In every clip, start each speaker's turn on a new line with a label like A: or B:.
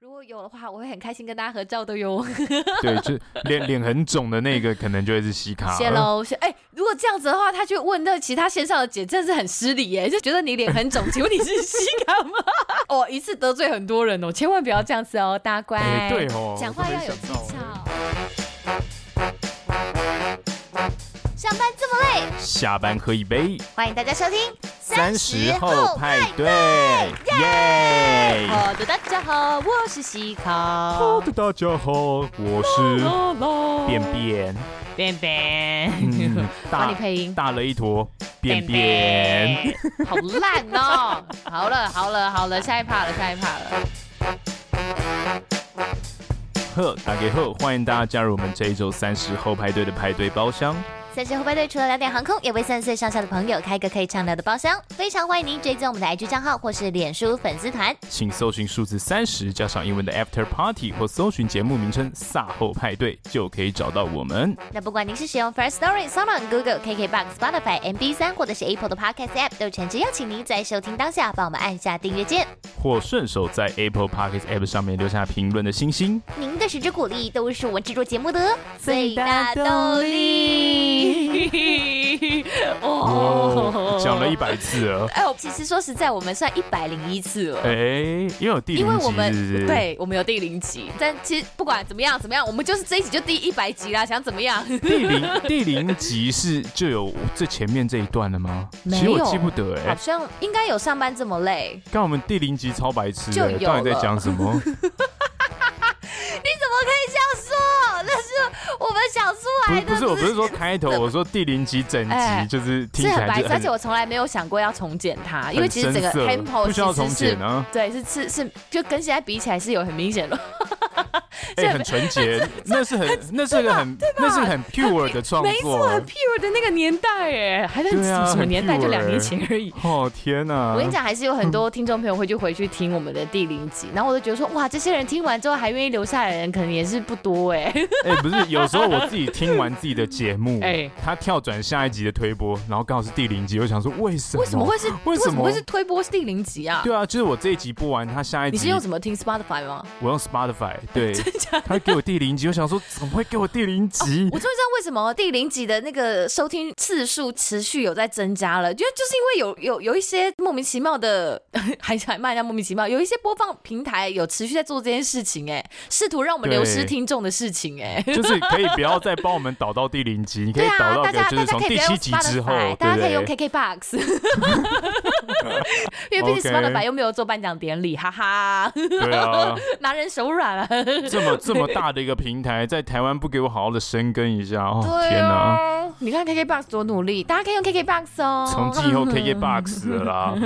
A: 如果有的话，我会很开心跟大家合照的 哟。
B: 对，就是脸脸很肿的那个，可能就会是西卡
A: 谢
B: 了。
A: 喽，谢哎、如果这样子的话，他去问那其他线上的姐，真的是很失礼耶，就觉得你脸很肿，请问你是西卡 吗？哦，一次得罪很多人哦，千万不要这样子哦，大家乖。
B: 哎，对哦，
A: 讲
B: 我
A: 话
B: 都没
A: 要有技
B: 想到。
A: 巧。
C: 上班这么累，
B: 下班喝一杯，
C: 欢迎大家收听
B: 三十后派对，耶！
A: 好的，哦大家好，我是西卡。
B: Hello，大家好，我是嗯便便，
A: 便便，
B: 嗯，
A: 帮你
B: 大
A: 配音。
B: 大了一坨便便。，
A: 好烂哦！好了，好了，好了，下一趴了，下一趴了。
B: 呵，打给后，欢迎大家加入我们这一周三十后派对的派对包厢。
C: 三十后派对除了聊点航空，也为三十岁上下的朋友开个可以畅聊的包厢。非常欢迎您追踪我们的 IG 账号或是脸书粉丝团。
B: 请搜寻数字三十加上英文的 After Party，或搜寻节目名称“撒后派对”，就可以找到我们。
C: 那不管您是使用 First Story、Sound、Google、KKBox、Spotify、MB 三或者是 Apple 的 Podcast App，都诚挚邀请您在收听当下帮我们按下订阅键。
B: 或顺手在 Apple Podcast App 上面留下评论的星星。
C: 您的十支鼓励都是我们制作节目的最大
A: 动
C: 动力。
A: 哦，
B: 讲了一。百次了。
A: 哎，我其实说实在，我们算一百零一次了。
B: 哎、因为有第
A: 因为
B: 零
A: 我
B: 集
A: 们
B: 是不是？，
A: 对，我们有第零集，但其实不管怎么样，怎么样，我们就是这一集就第一百集啦，想怎么样？
B: 第零第零集是就有最前面这一段了吗？其实
A: 没
B: 我
A: 有
B: 记不得哎、
A: 好像应该有上班这么累，
B: 刚我们第零集超白痴、
A: 就
B: 欸，
A: 有
B: 到底在
A: 了
B: 讲 什么？
C: 你怎么可以这样说？那是我们想出
B: 不
C: 来
B: 是
C: 的，
B: 不是，我不是说 开头，我说第零集整
A: 哎
B: 集就是听
A: 是
B: 起
A: 很
B: 来
A: 白
B: 就
A: 痴，而且我从来没有想过要重剪它，因为
B: 很
A: 其实整个
B: 生涩
A: tempo
B: 不需要重
A: 其实是
B: 剪啊，
A: 对，是是是，就跟现在比起来是有很明显的。
B: 哎、
A: 这
B: 很纯洁，那是很那是个很那是很 pure 的创
A: 没
B: 作
A: 错，。很 pure 的那个年代，哎，还在
B: 对啊
A: 什么
B: 很
A: 年代？就
B: pure
A: 两年前而已。
B: 哦天哪、
A: 我跟你讲，还是有很多听众朋友会去回去听我们的第零集，然后我就觉得说，哇，这些人听完之后还愿意留下来的人，可能也是不多哎。
B: 哎、不是，有时候我自己听完自己的节目，
A: 哎
B: 他跳转下一集的推播，然后刚好是第零集，我想说为什么？
A: 为什么？会是
B: 为
A: 为
B: 什
A: 什
B: 么
A: 么会是推播是第零集啊？
B: 哦对啊，就是我这一集播完，他下一集
A: 你是用什么听 Spotify 吗？
B: 我用 Spotify，对，
A: 假哦
B: 他给我第零集，我想说怎么会给我第零集？
A: 我终于知道为什么第零集的那个收听次数持续有在增加了，就就是因为有有有一些莫名其妙的， 还还骂人家莫名其妙，有一些播放平台有持续在做这件事情、哎，试图让我们流失
B: 对
A: 听众的事情、哎。
B: 就是可以不要再帮我们导到第零集，你可
A: 对
B: 以
A: 啊，
B: 导到
A: 大
B: 个
A: 家
B: 就
A: 大
B: 是
A: 家
B: 从
A: 可以不
B: 第
A: 要
B: 七
A: 用
B: 集之后
A: Spotify，，
B: 对
A: 大
B: 不
A: 家可以用
B: 对？
A: KKBox，因为毕竟
B: OK
A: Spotify 又没有做颁奖典礼，哈哈，
B: 对啊，
A: 拿人手
B: 哦
A: 软啊。
B: 这么这么大的一个平台，在台湾不给我好好的深耕一下，哦
A: 对
B: 天哪！
A: 啊，你看 KKBox 多努力，大家可以用 KKBox 哦。
B: 从今以后 KKBOX 了啦，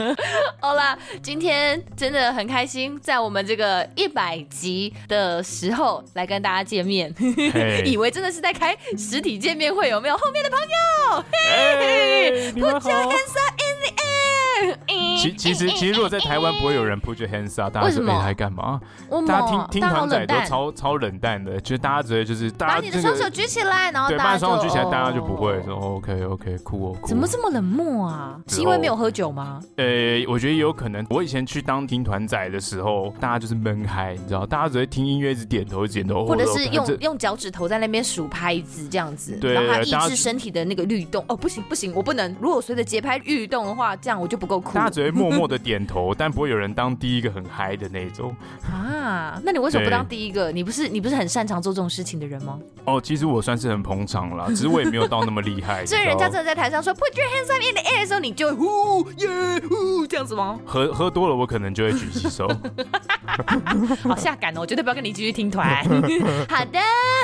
A: 好啦，今天真的很开心，在我们这个一百集的时候来跟大家见面，
B: 嘿
A: 以为真的是在开实体见面会，有没有？后面的朋友
B: 哎你们好。
A: ，hands up in 哎 the air。
B: 其其实其实如果在台湾不会有人 put your hands up，大家
A: 哎为
B: 说
A: 什么
B: 哎还干嘛？
A: 我们
B: 大家听听
A: 大家好
B: 团仔
A: 冷
B: 都
A: 淡，
B: 超超冷淡的，就是大家觉得就是
A: 把
B: 大
A: 你
B: 家
A: 的
B: 这
A: 双手
B: 个
A: 举起来，然后
B: 对，
A: 大
B: 把
A: 家
B: 双手举起来，
A: 哦
B: 大家就不会说 OK OK 酷哦酷。
A: 怎么这么冷漠啊？
B: 之后
A: 是因为没有喝酒吗？
B: 呃，我觉得也有可能。我以前去当听团仔的时候，大家就是闷嗨，你知道，大家只会听音乐，一直点头一直点头，
A: 或者
B: 哦
A: 是
B: 看
A: 用
B: 这
A: 用脚趾头在那边数拍子这样子，
B: 对
A: 让它
B: 大
A: 抑
B: 家
A: 制身体的那个律动。哦，不行不行，我不能。如果随着节拍律动的话，这样我就不够酷
B: 大家只会默默的点 头，但不会有人当第一个很嗨的那种。
A: 啊。那你为什么不
B: 对
A: 当第一个？你不是你不是很擅长做这种事情的人吗？
B: 哦，其实我算是很捧场啦，只是我也没有到那么厉 害。
A: 所以
B: 你知
A: 人
B: 道
A: 家真的在台上说 “Put your hands up in the air” 的时候，你就呼耶呼这样子吗？
B: 喝喝多了，我可能就会举起手。
A: 好下感哦，我绝对不要跟你继续听 团。嗯好的，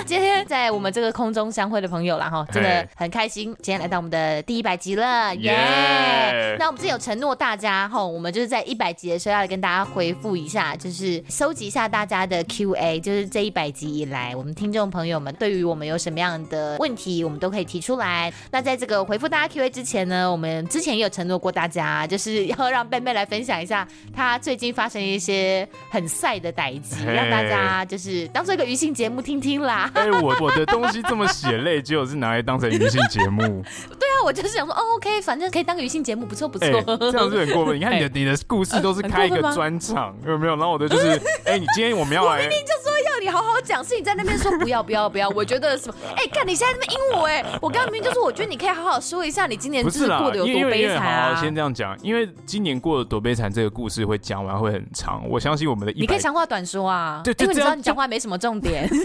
A: 今天在我们这个空中相会的朋友啦，哈，真的
B: 嘿
A: 很开心，今天来到我们的第一百集了，耶、
B: 耶
A: 那我们之前有承诺大家，哈，我们就是在一百集的时候要来跟大家回复一下，就是收集一下大家的 Q&A，就是这一百集以来，我们听众朋友们对于我们有什么样的问题，我们都可以提出来。那在这个回复大家 Q&A 之前呢，我们之前也有承诺过大家，就是要让贝贝来分享一下她最近发生一些很晒的歹集，
B: 嘿
A: 让大家就是当做一个娱性节目听听啦。
B: 哎、我我的东西这么血泪，结果是拿来当成娱乐性节目。
A: 对啊，我就是想说，哦，OK，反正可以当个娱乐节目，不 错不错。哎
B: 哎、这样是很过分。你看你的、你的故事都是开一个专场，有没有？然后我的就是，哎、你今天我们要来，
A: 就说要 你好好讲，是你在那边说不要不要不要，我觉得 什么？哎、看你现在在那边阴我哎、我刚刚明明就说，我觉得你可以好好说一下你今年
B: 不
A: 就是
B: 啦
A: 过，得有
B: 因为因
A: 多
B: 为
A: 悲
B: 因为
A: 惨
B: 好好
A: 啊。
B: 先这样讲，因为今年过得多悲惨这个故事会讲完会很长，我相信我们的一
A: 你可
B: 百
A: 以长话短说啊，
B: 对就
A: 因为你
B: 这
A: 知道
B: 样
A: 你讲话没什么重点。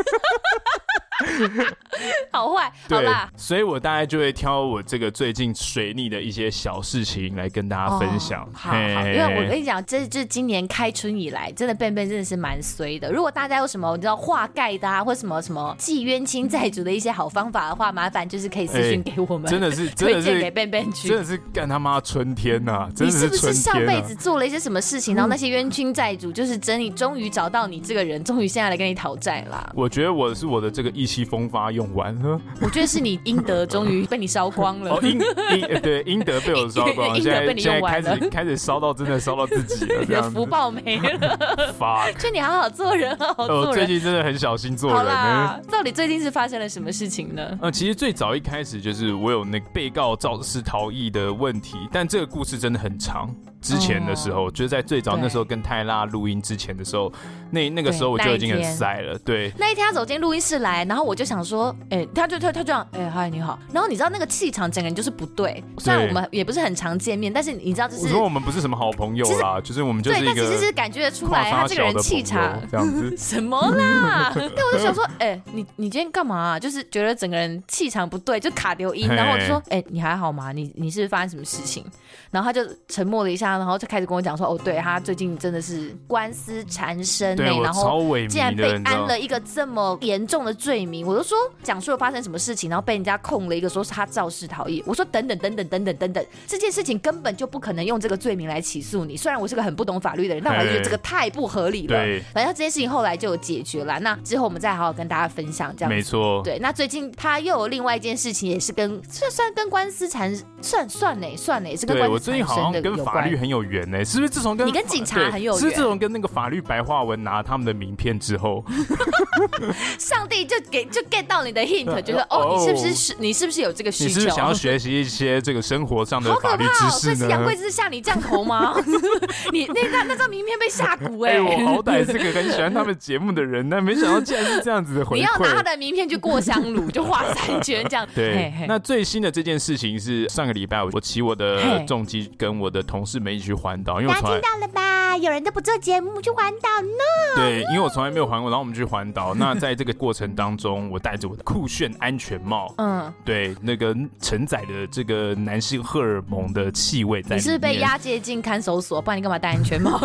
A: 好坏，好
B: 对
A: 啦，，
B: 所以我大概就会挑我这个最近水逆的一些小事情来跟大家分享。
A: 哦好好，因为我
B: 嘿
A: 跟你讲，这就是今年开春以来，真的笨笨真的是蛮衰的。如果大家有什么你知道化盖的啊，或什么什么寄冤亲债主的一些好方法的话，麻烦就是可以私讯给 我们，
B: 真的是真
A: 哎推
B: 的
A: 荐给
B: 是
A: 笨笨去
B: 真。的是干他妈春天呐、真
A: 你
B: 的
A: 是不
B: 春
A: 是上
B: 天
A: 辈
B: 啊？
A: 子！做了一些什么事情，然后那些冤亲债主就是真你终于找到你这个人，终于现在来跟你讨债啦
B: 我觉得我是我的这个意气风发用完了，
A: 我觉得是你阴德终于被你烧光了
B: 哦，。英英呃对英德被我烧光，
A: 英
B: 现
A: 德被
B: 在
A: 你
B: 现在
A: 用
B: 开
A: 完了
B: 始开始烧到真的烧到自 己了，
A: 你
B: 这
A: 的
B: 样子
A: 福报没了，
B: fuck，
A: 劝你好好做人，好好
B: 呃我
A: 做
B: 最
A: 人。
B: 近真的很小心做
A: 好
B: 人嗯呢。
A: 啦，到底最近是发生了什么事情呢？
B: 呃，其实最早一开始就是我有那个被告肇事逃逸的问题，但这个故事真的很长。之前的时
A: 哦
B: 候，就是在最早那时候跟泰拉录音之前的时候，那那个时候我
A: 对
B: 就
A: 那
B: 已
A: 一
B: 经很
A: 天
B: 塞了。对，
A: 那一天他走进录音室来，然后我就想说，哎、他就他他就这样，哎、嗨你好。然后你知道那个气场，整个人就是不对。虽然我们也不是很常见面，但是你知道就是
B: 我说我们不是什么好朋友啦，就是我们就是
A: 对，
B: 一
A: 但其实是
B: 个
A: 感觉得出
B: 跨
A: 来他
B: 沙
A: 这个
B: 小
A: 人
B: 的朋
A: 气场。
B: 友这样子
A: 什么 啦？但我就想说， 哎、你你今天干嘛啊、就是觉得整个人气场不对，就卡丢音。
B: 嘿
A: 然后我就说，哎、你还好吗？你你是不是发生什么事情？然后他就沉默了一下，然后就开始跟我讲说，哦，对他最近真的是官司缠身呢、
B: 对我
A: 然后
B: 超萎
A: 竟然
B: 靡
A: 被
B: 的，你知
A: 安
B: 道。
A: 了一个这么严重的罪名，我就说讲述了发生什么事情，然后被人家控了一个说是他肇事逃逸。我说等等等等等等等等，这件事情根本就不可能用这个罪名来起诉你。虽然我是个很不懂法律的人，但我还是觉得这个太不合理了。
B: 对，
A: 反正这件事情后来就有解决了，那之后我们再好好跟大家分享这样
B: 没
A: 子。
B: 错。
A: 对，那最近他又有另外一件事情，也是跟算算跟官司缠，算算呢算呢，欸也是跟
B: 对
A: 官
B: 我
A: 司
B: 最
A: 缠
B: 近好
A: 身的
B: 像跟
A: 有
B: 法
A: 关
B: 律。很有缘呢、是不是？自从跟
A: 你跟
B: 法
A: 警察
B: 对
A: 很有
B: 是不是
A: 缘
B: 自从跟那个法律白话文拿他们的名片之后，
A: 上帝就给就 get 到你的 hint，
B: 对
A: 觉得
B: 哦
A: 哦，你是不是是你是不是有这个需
B: 你
A: 求？
B: 是不是想要学习一些这个生活上的
A: 好
B: 法
A: 可
B: 律
A: 怕
B: 知
A: 哦！所
B: 识
A: 以是
B: 呢？
A: 杨贵妃下你降头吗？你那那那张名片被下蛊哎、
B: 哎、我好 歹是个很喜欢他们节目的人，但没想到竟然是这样子 的回
A: 你要拿他
B: 馈。
A: 的名片去过香炉，就画三圈这样。
B: 对
A: 嘿嘿
B: 那最新的这件事情是上个礼拜我我骑我的
A: 嘿
B: 重机跟我的同事们一起去环岛，因为
C: 大
B: 我
C: 家
B: 从来
C: 听到了吧？有人都不做节目去环 岛呢。
B: 对，因为我从来没有环过，然后我们去环岛。那在这个过程当中，我戴着我的酷炫安全帽，
A: 嗯，
B: 对，那个承载的这个男性荷尔蒙的气味 在
A: 你
B: 里面。
A: 是不是被押解进看守所，不然你干嘛戴安全帽？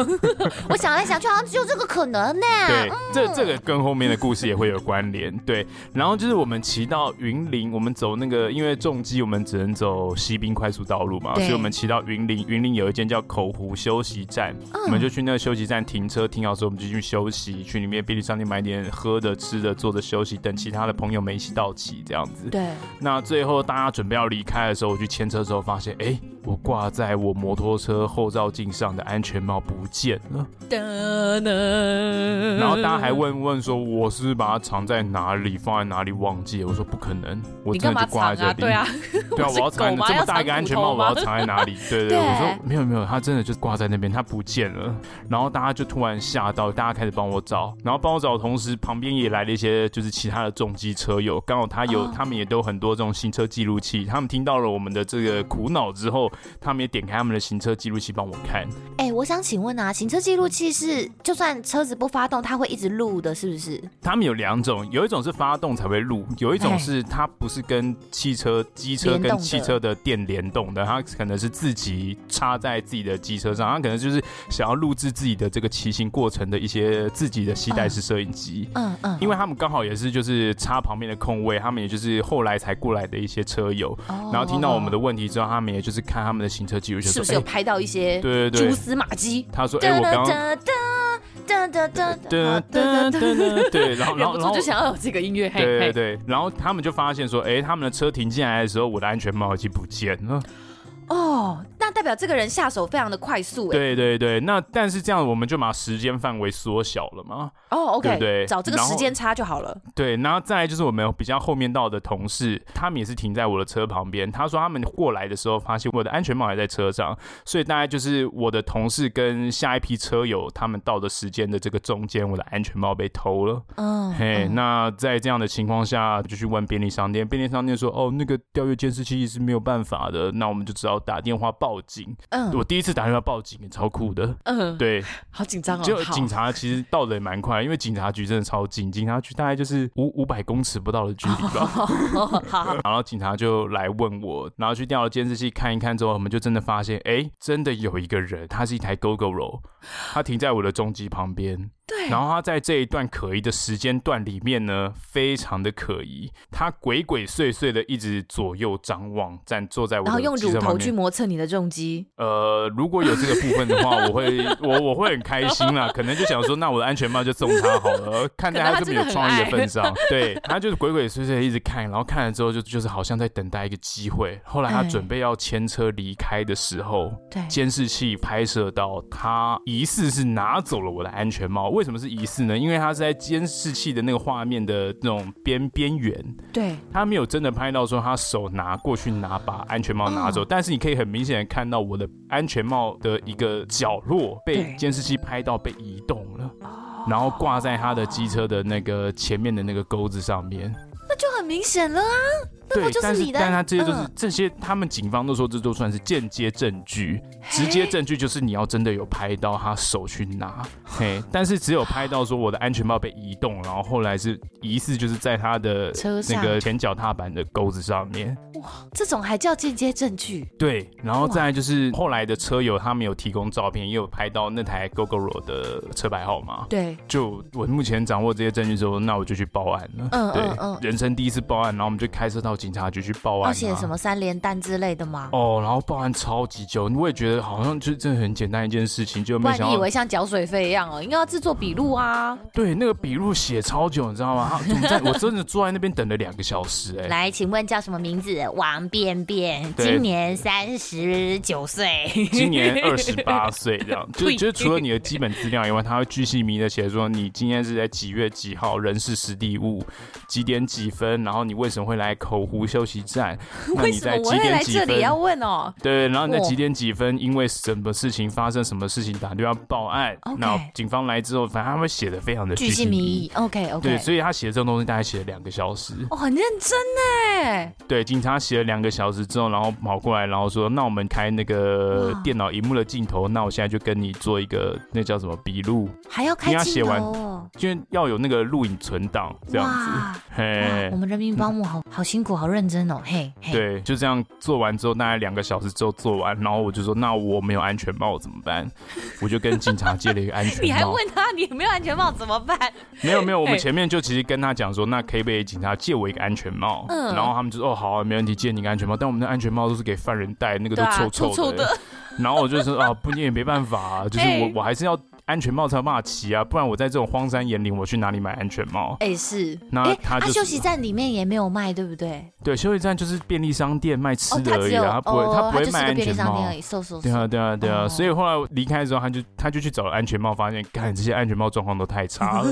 C: 我想来想去，好像只有这个可能呢。
B: 对，这这个跟后面的故事也会有关联。对，然后就是我们骑到云林，我们走那个，因为重机我们只能走西滨快速道路嘛，
A: 对
B: 所以我们骑到云林，云林有一间叫口湖休息站，我们就去那个休息站停车，停好之后我们就去休息，去里面便利商店买点喝的、吃的、坐着休息，等其他的朋友们一起到齐这样子。
A: 对，
B: 那最后大家准备要离开的时候，我去牵车的时候发现，哎、我挂在我摩托车后照镜上的安全帽不见了。然
A: 然嗯
B: 后大家还，问问说我是不是把它藏在哪里，放在哪里忘记了？我说不可能，我
A: 你
B: 真
A: 干
B: 的
A: 嘛
B: 就挂
A: 藏
B: 在这
A: 啊？
B: 里。
A: 对啊，
B: 对
A: 我
B: 啊，我
A: 是
B: 要藏在
A: 狗吗
B: 这么
A: 要
B: 大一个
A: 藏
B: 安全
A: 骨
B: 帽，
A: 头
B: 我
A: 吗
B: 要藏在哪里？对对
A: 对
B: 对，我说没有没有，它真的就挂在那边，它不见了。然后大家就突然吓到，大家开始帮我找，然后帮我找的同时，旁边也来了一些就是其他的重机车友，刚好他有、
A: 啊
B: 他们也都有很多这种行车记录器，他们听到了我们的这个苦恼之后，他们也点开他们的行车记录器帮我看。
C: 哎、我想请问啊，行车记录器是就算车子不发动，它会一直录的，是不是？
B: 他们有两种，有一种是发动才会录，有一种
C: 嘿
B: 是它不是跟汽车、机车
C: 联
B: 跟
C: 动的
B: 汽车的电联动的，它可能是自己插在自己的机车上，它可能就是想要录制自己的这个骑行过程的一些自己的携带式摄影机。
C: 嗯嗯，
B: 因为他们刚好也是就是插旁边的空位，他们也就是后来才过来的一些车友，
C: 哦
B: 然后听到我们的问题之后，他们也就是看他们的行车记录，就是说
A: 不是有
B: 哎
A: 拍到一些
B: 对对
A: 蛛
B: 对，
A: 丝马迹？
B: 他说哎、我刚刚。
C: 噔噔噔
B: 噔噔噔噔，对，然后然
A: 忍
B: 后
A: 不
B: 然
A: 住
B: 后
A: 就想要有这个音乐，嘿
B: 对对
A: 嘿。
B: 对，然后他们就发现说，哎，他们的车停进来的时候，我的安全帽已经不见了。
A: 哦，那代表这个人下手非常的快速哎。
B: 对对对，那但是这样我们就把时间范围缩小了嘛。
A: 哦，OK，
B: 对不对
A: 找这个
B: 然后
A: 时间差就好了。
B: 对，然后再来就是我们比较后面到的同事，他们也是停在我的车旁边。他说他们过来的时候发现我的安全帽还在车上，所以大概就是我的同事跟下一批车友他们到的时间的这个中间，我的安全帽被偷了。
A: 嗯，
B: 嘿、那在这样的情况下，就去问便利商店，便利商店说哦，那个调阅监视器是没有办法的，那我们就只好打电话报警。
A: 嗯
B: 我第一次打电话报警，也超酷的。
A: 嗯，
B: 对，
A: 好紧张哦。
B: 就
A: 好
B: 警察其实到的也蛮快，因为警察局真的超近，警察局大概就是五五百公尺不到的距离吧。
A: 哦 好，
B: 然后警察就来问我，然后去调了监视器看一看之后，我们就真的发现，哎，真的有一个人，他是一台 GoGoRo，他停在我的中级旁边。
A: 对，
B: 然后他在这一段可疑的时间段里面呢，非常的可疑，他鬼鬼祟祟的一直左右张望，站坐在我的
A: 然后用
B: 机
A: 乳
B: 车旁
A: 头
B: 边
A: 去磨蹭你的重击。
B: 呃，如果有这个部分的话，我会我我会很开心啦。可能就想说，那我的安全帽就送他好了，看在他这么有创意的份 上。对他就是鬼鬼祟祟地一直看，然后看了之后就就是好像在等待一个机会。后来他
A: 哎
B: 准备要牵车离开的时候，
A: 对，
B: 监视器拍摄到他疑似是拿走了我的安全帽。为什么是疑似呢？因为他是在监视器的那个画面的那种边边缘，
A: 对，
B: 他没有真的拍到说他手拿过去拿把安全帽
A: 嗯
B: 拿走，但是你可以很明显的看到我的安全帽的一个角落被
A: 对哦
B: 监视器拍到被移动了，然后挂在他的机车的那个前面的那个钩子上面。
A: 那就很明显了啊。那
B: 对
A: 不，就
B: 但
A: 你的？
B: 但他这些都是、
A: 嗯
B: 这些，他们警方都说这都算是间接证据，直接证据就是你要真的有拍到他手去拿，嘿，但是只有拍到说我的安全帽被移动，然后后来是疑似就是在他的
A: 车上
B: 那个前脚踏板的钩子上面，
A: 这种还叫间接证据？
B: 对，然后再来就是后来的车友他们有提供照片，也有拍到那台 GoGoRo 的车牌号码。
A: 对，
B: 就我目前掌握这些证据之后，那我就去报案了。
A: 嗯
B: 对
A: 嗯，嗯。
B: 人生第一次报案，然后我们就开车到警察局去报案、
A: 要
B: 啊。
A: 写什么三连单之类的吗？
B: 哦，然后报案超级久，我也觉得好像就真的很简单一件事情，就
A: 不
B: 没
A: 然
B: 想
A: 你以
B: 到
A: 为像缴水费一样哦，应该要制作笔录啊。
B: 对那个笔录写超久，你知道吗？啊怎么在我真的坐在那边等了两个小时、哎，
C: 来，请问叫什么名字？王便便，
B: 对
C: 今年三十九岁。
B: 今年二十八岁这样，就就是除了你的基本资料以外，他会巨细靡的写说你今天是在几月几号，人事实地物，几点几分，然后你为什么会来口湖休息站，那
A: 为
B: 你
A: 什么
B: 在
A: 我
B: 几
A: 会
B: 点
A: 来
B: 几
A: 这
B: 分
A: 里要问哦？
B: 对，然后你在
A: 哇
B: 几点几分，因为什么事情发生，什么事情打电话报案
A: OK，
B: 那警方来之后，反正他会写的非常的
A: 巨细
B: 细
A: 靡
B: 靡
A: 遗。OK
B: 对，
A: OK。
B: 所以他写这种东西大概写了两个小时。
A: 哦，很认真哎。
B: 对，警察写了两个小时之后，然后跑过来，然后说：“那我们开那个
A: 哇
B: 电脑荧幕的镜头，那我现在就跟你做一个那叫什么笔录，
C: 还要
B: 你
C: 开
B: 要写
C: 镜
B: 完
C: 头哦，
B: 因为要有那个录影存档这样子。
C: 哇哇
B: 嘿
C: 啊我，们人民保姆好好辛苦，好认真哦，嘿，嘿，
B: 对，就这样做完之后，大概两个小时之后做完，然后我就说：那我没有安全帽怎么 办？我就跟警察借了一个安全帽。
A: 你还问他你有没有安全帽怎么 办？
B: 没有没有，我们
A: 哎
B: 前面就其实跟他讲说，那可以被警察借我一个安全帽，
A: 嗯
B: 然后他们就说哦好啊、没问题，借你个安全帽，但我们的安全帽都是给犯人戴，那个都
A: 对啊
B: 臭
A: 臭臭
B: 的。
A: 的
B: 然后我就说啊，不，你也没办法、 啊，就是我、
A: 哎
B: 我还是要安全帽才有办法骑啊，不然我在这种荒山野岭，我去哪里买安全帽？
A: 哎，是。
B: 那
C: 哎，
B: 他就是、
C: 休息站里面也没有卖，对不对？
B: 对休息站就是便利商店卖吃
C: 哦，
B: 的而
C: 只
B: 已
C: 有
B: 啊，他不会、
C: 哦，
B: 他不会
C: 它就是
B: 卖
C: 个
B: 安
C: 便利
B: 全
C: 商
B: 帽
C: 店
A: 哎
C: 而。已，瘦瘦
B: 对
C: 瘦
B: 啊，对啊，对啊，
C: 哦
B: 所以后来我离开的时候，他就他就去找了安全帽，发现，看这些安全帽状况都太 差了，